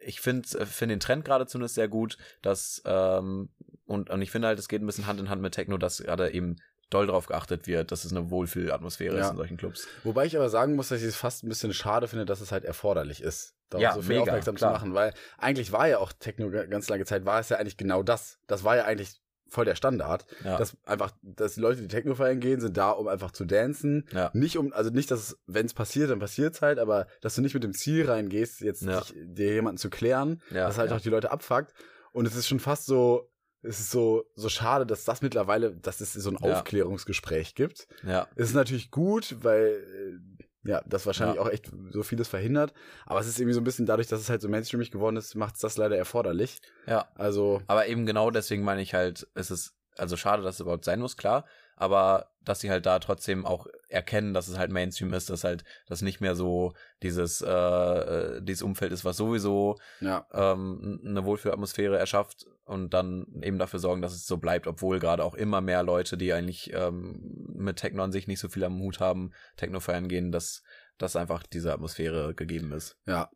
Speaker 2: ich finde find den Trend gerade zumindest sehr gut, dass ähm, und, und ich finde halt, es geht ein bisschen Hand in Hand mit Techno, dass gerade eben doll drauf geachtet wird, dass es eine Wohlfühlatmosphäre
Speaker 1: Ja.
Speaker 2: ist in solchen Clubs.
Speaker 1: Wobei ich aber sagen muss, dass ich es fast ein bisschen schade finde, dass es halt erforderlich ist, darauf
Speaker 2: Ja,
Speaker 1: so viel
Speaker 2: mega,
Speaker 1: aufmerksam
Speaker 2: klar.
Speaker 1: zu machen, weil eigentlich war ja auch Techno ga- ganz lange Zeit, war es ja eigentlich genau das. Das war ja eigentlich voll der Standard,
Speaker 2: Ja.
Speaker 1: dass einfach, dass Leute, die Techno feiern gehen, sind da, um einfach zu dancen.
Speaker 2: Ja.
Speaker 1: Nicht um, also nicht, dass es, wenn es passiert, dann passiert halt, aber dass du nicht mit dem Ziel reingehst, jetzt
Speaker 2: Ja.
Speaker 1: dich, dir jemanden zu klären,
Speaker 2: ja,
Speaker 1: dass halt
Speaker 2: ja.
Speaker 1: auch die Leute abfuckt. Und es ist schon fast so, es ist so, so schade, dass das mittlerweile, dass es so ein
Speaker 2: Ja.
Speaker 1: Aufklärungsgespräch gibt.
Speaker 2: ja.
Speaker 1: Es ist natürlich gut, weil äh, ja, das wahrscheinlich
Speaker 2: Ja.
Speaker 1: auch echt so vieles verhindert. Aber es ist irgendwie so ein bisschen dadurch, dass es halt so mainstreamig geworden ist, macht es das leider erforderlich.
Speaker 2: Ja.
Speaker 1: Also,
Speaker 2: Aber eben genau deswegen meine ich halt, es ist, also schade, dass es überhaupt sein muss, klar, aber dass sie halt da trotzdem auch erkennen, dass es halt Mainstream ist, dass halt das nicht mehr so dieses, äh, äh, dieses Umfeld ist, was sowieso
Speaker 1: ja.
Speaker 2: ähm, eine Wohlfühlatmosphäre erschafft und dann eben dafür sorgen, dass es so bleibt, obwohl gerade auch immer mehr Leute, die eigentlich ähm, mit Techno an sich nicht so viel am Hut haben, Techno feiern gehen, dass, dass einfach diese Atmosphäre gegeben ist.
Speaker 1: Ja.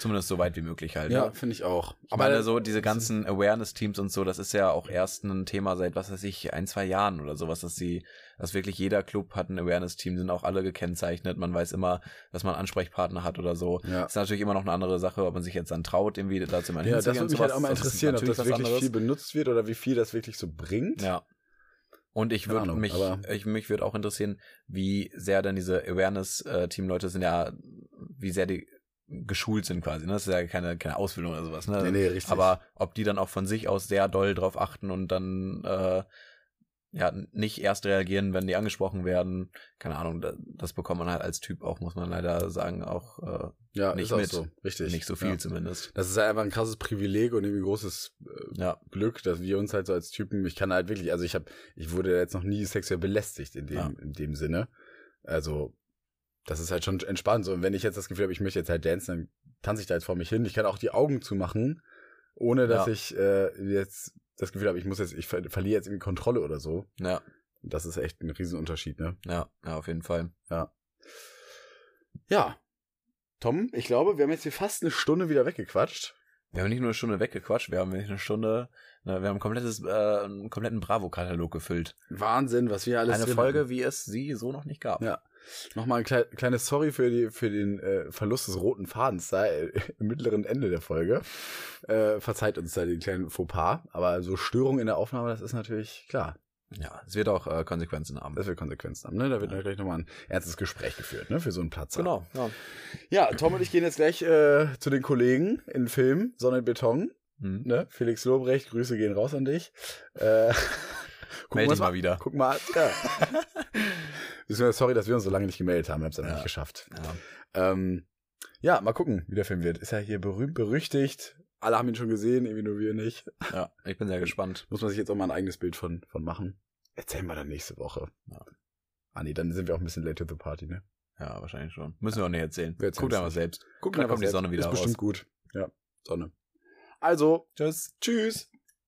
Speaker 2: Zumindest so weit wie möglich halt.
Speaker 1: Ja,
Speaker 2: ne?
Speaker 1: finde ich auch.
Speaker 2: Aber also meine, so diese ganzen Awareness-Teams und so, das ist ja auch erst ein Thema seit, was weiß ich, ein, zwei Jahren oder sowas, dass sie, dass wirklich jeder Club hat ein Awareness-Team, sind auch alle gekennzeichnet, man weiß immer, dass man einen Ansprechpartner hat oder so.
Speaker 1: Ja.
Speaker 2: Ist natürlich immer noch eine andere Sache, ob man sich jetzt dann traut, irgendwie dazu mal
Speaker 1: Ja, das würde mich halt auch mal interessieren, ob das
Speaker 2: natürlich
Speaker 1: wirklich
Speaker 2: was
Speaker 1: viel
Speaker 2: anderes.
Speaker 1: benutzt wird oder wie viel das wirklich so bringt.
Speaker 2: Ja. Und ich
Speaker 1: Keine
Speaker 2: würde
Speaker 1: Ahnung,
Speaker 2: mich,
Speaker 1: aber-
Speaker 2: ich, mich würde auch interessieren, wie sehr dann diese Awareness-Team-Leute sind ja, wie sehr die geschult sind quasi, ne? Das ist ja keine, keine Ausbildung oder sowas, ne?
Speaker 1: Nee, nee, richtig.
Speaker 2: Aber ob die dann auch von sich aus sehr doll drauf achten und dann äh, ja nicht erst reagieren, wenn die angesprochen werden, keine Ahnung, da- das bekommt man halt als Typ auch, muss man leider sagen, auch äh,
Speaker 1: ja,
Speaker 2: nicht
Speaker 1: ist auch
Speaker 2: mit.
Speaker 1: so. Richtig.
Speaker 2: nicht so viel
Speaker 1: Ja.
Speaker 2: zumindest.
Speaker 1: Das ist halt einfach ein krasses Privileg und irgendwie großes
Speaker 2: Ja,
Speaker 1: Glück, dass wir uns halt so als Typen, ich kann halt wirklich, also ich habe, ich wurde jetzt noch nie sexuell belästigt in dem,
Speaker 2: Ja.
Speaker 1: in dem Sinne. Also, das ist halt schon entspannt. So, und wenn ich jetzt das Gefühl habe, ich möchte jetzt halt dancen, dann tanze ich da jetzt vor mich hin. Ich kann auch die Augen zumachen, ohne dass
Speaker 2: Ja.
Speaker 1: ich äh, jetzt das Gefühl habe, ich muss jetzt, ich ver verliere jetzt irgendwie Kontrolle oder so.
Speaker 2: ja,
Speaker 1: Das ist echt ein Riesenunterschied, ne?
Speaker 2: ja, ja, auf jeden Fall.
Speaker 1: Ja. Tom, ich glaube, wir haben jetzt hier fast eine Stunde wieder weggequatscht.
Speaker 2: Wir haben nicht nur eine Stunde weggequatscht, wir haben nicht eine Stunde, ne, wir haben ein komplettes, äh, einen kompletten Bravo-Katalog gefüllt.
Speaker 1: Wahnsinn, was wir alles
Speaker 2: Eine
Speaker 1: drin
Speaker 2: Folge,
Speaker 1: hatten.
Speaker 2: wie es sie so noch nicht gab.
Speaker 1: Ja. Nochmal ein klei kleines Sorry für, die, für den äh, Verlust des roten Fadens da äh, im mittleren Ende der Folge. Äh, verzeiht uns da den kleinen Fauxpas, aber so Störungen in der Aufnahme, das ist natürlich klar,
Speaker 2: Ja, es wird auch äh, Konsequenzen haben.
Speaker 1: dass wir Konsequenzen haben. Ne? Da wird
Speaker 2: Ja.
Speaker 1: ja. gleich nochmal ein ernstes Gespräch geführt, ne? Für so einen Platz.
Speaker 2: Genau, ja.
Speaker 1: Ja, Tom und ich gehen jetzt gleich äh, zu den Kollegen in den Film, Sonne und Beton.
Speaker 2: Mhm.
Speaker 1: Ne? Felix Lobrecht, Grüße gehen raus an dich. Äh, gucken
Speaker 2: Meld
Speaker 1: wir
Speaker 2: dich
Speaker 1: uns
Speaker 2: mal wieder.
Speaker 1: Guck mal. Ja. Beziehungsweise Sorry, dass wir uns so lange nicht gemeldet haben. Wir haben es einfach
Speaker 2: Ja.
Speaker 1: nicht geschafft.
Speaker 2: Ja.
Speaker 1: Ähm, ja, mal gucken, wie der Film wird. Ist ja hier berühmt, berüchtigt. Alle haben ihn schon gesehen, irgendwie nur wir nicht.
Speaker 2: ja, ich bin
Speaker 1: Äh,
Speaker 2: sehr gespannt.
Speaker 1: Muss man sich jetzt auch mal ein eigenes Bild von, von machen. Erzählen wir dann nächste Woche.
Speaker 2: Ja.
Speaker 1: Ah nee, dann sind wir auch ein bisschen late to the party, ne?
Speaker 2: Ja, wahrscheinlich schon. Müssen wir auch nicht erzählen.
Speaker 1: Wir erzählen's
Speaker 2: Guckt einfach
Speaker 1: nicht.
Speaker 2: selbst.
Speaker 1: Gucken
Speaker 2: Da
Speaker 1: einfach
Speaker 2: kommt die
Speaker 1: selbst.
Speaker 2: Sonne wieder
Speaker 1: Ist
Speaker 2: raus.
Speaker 1: bestimmt gut. Ja, Sonne. Also,
Speaker 2: Tschüss.
Speaker 1: tschüss.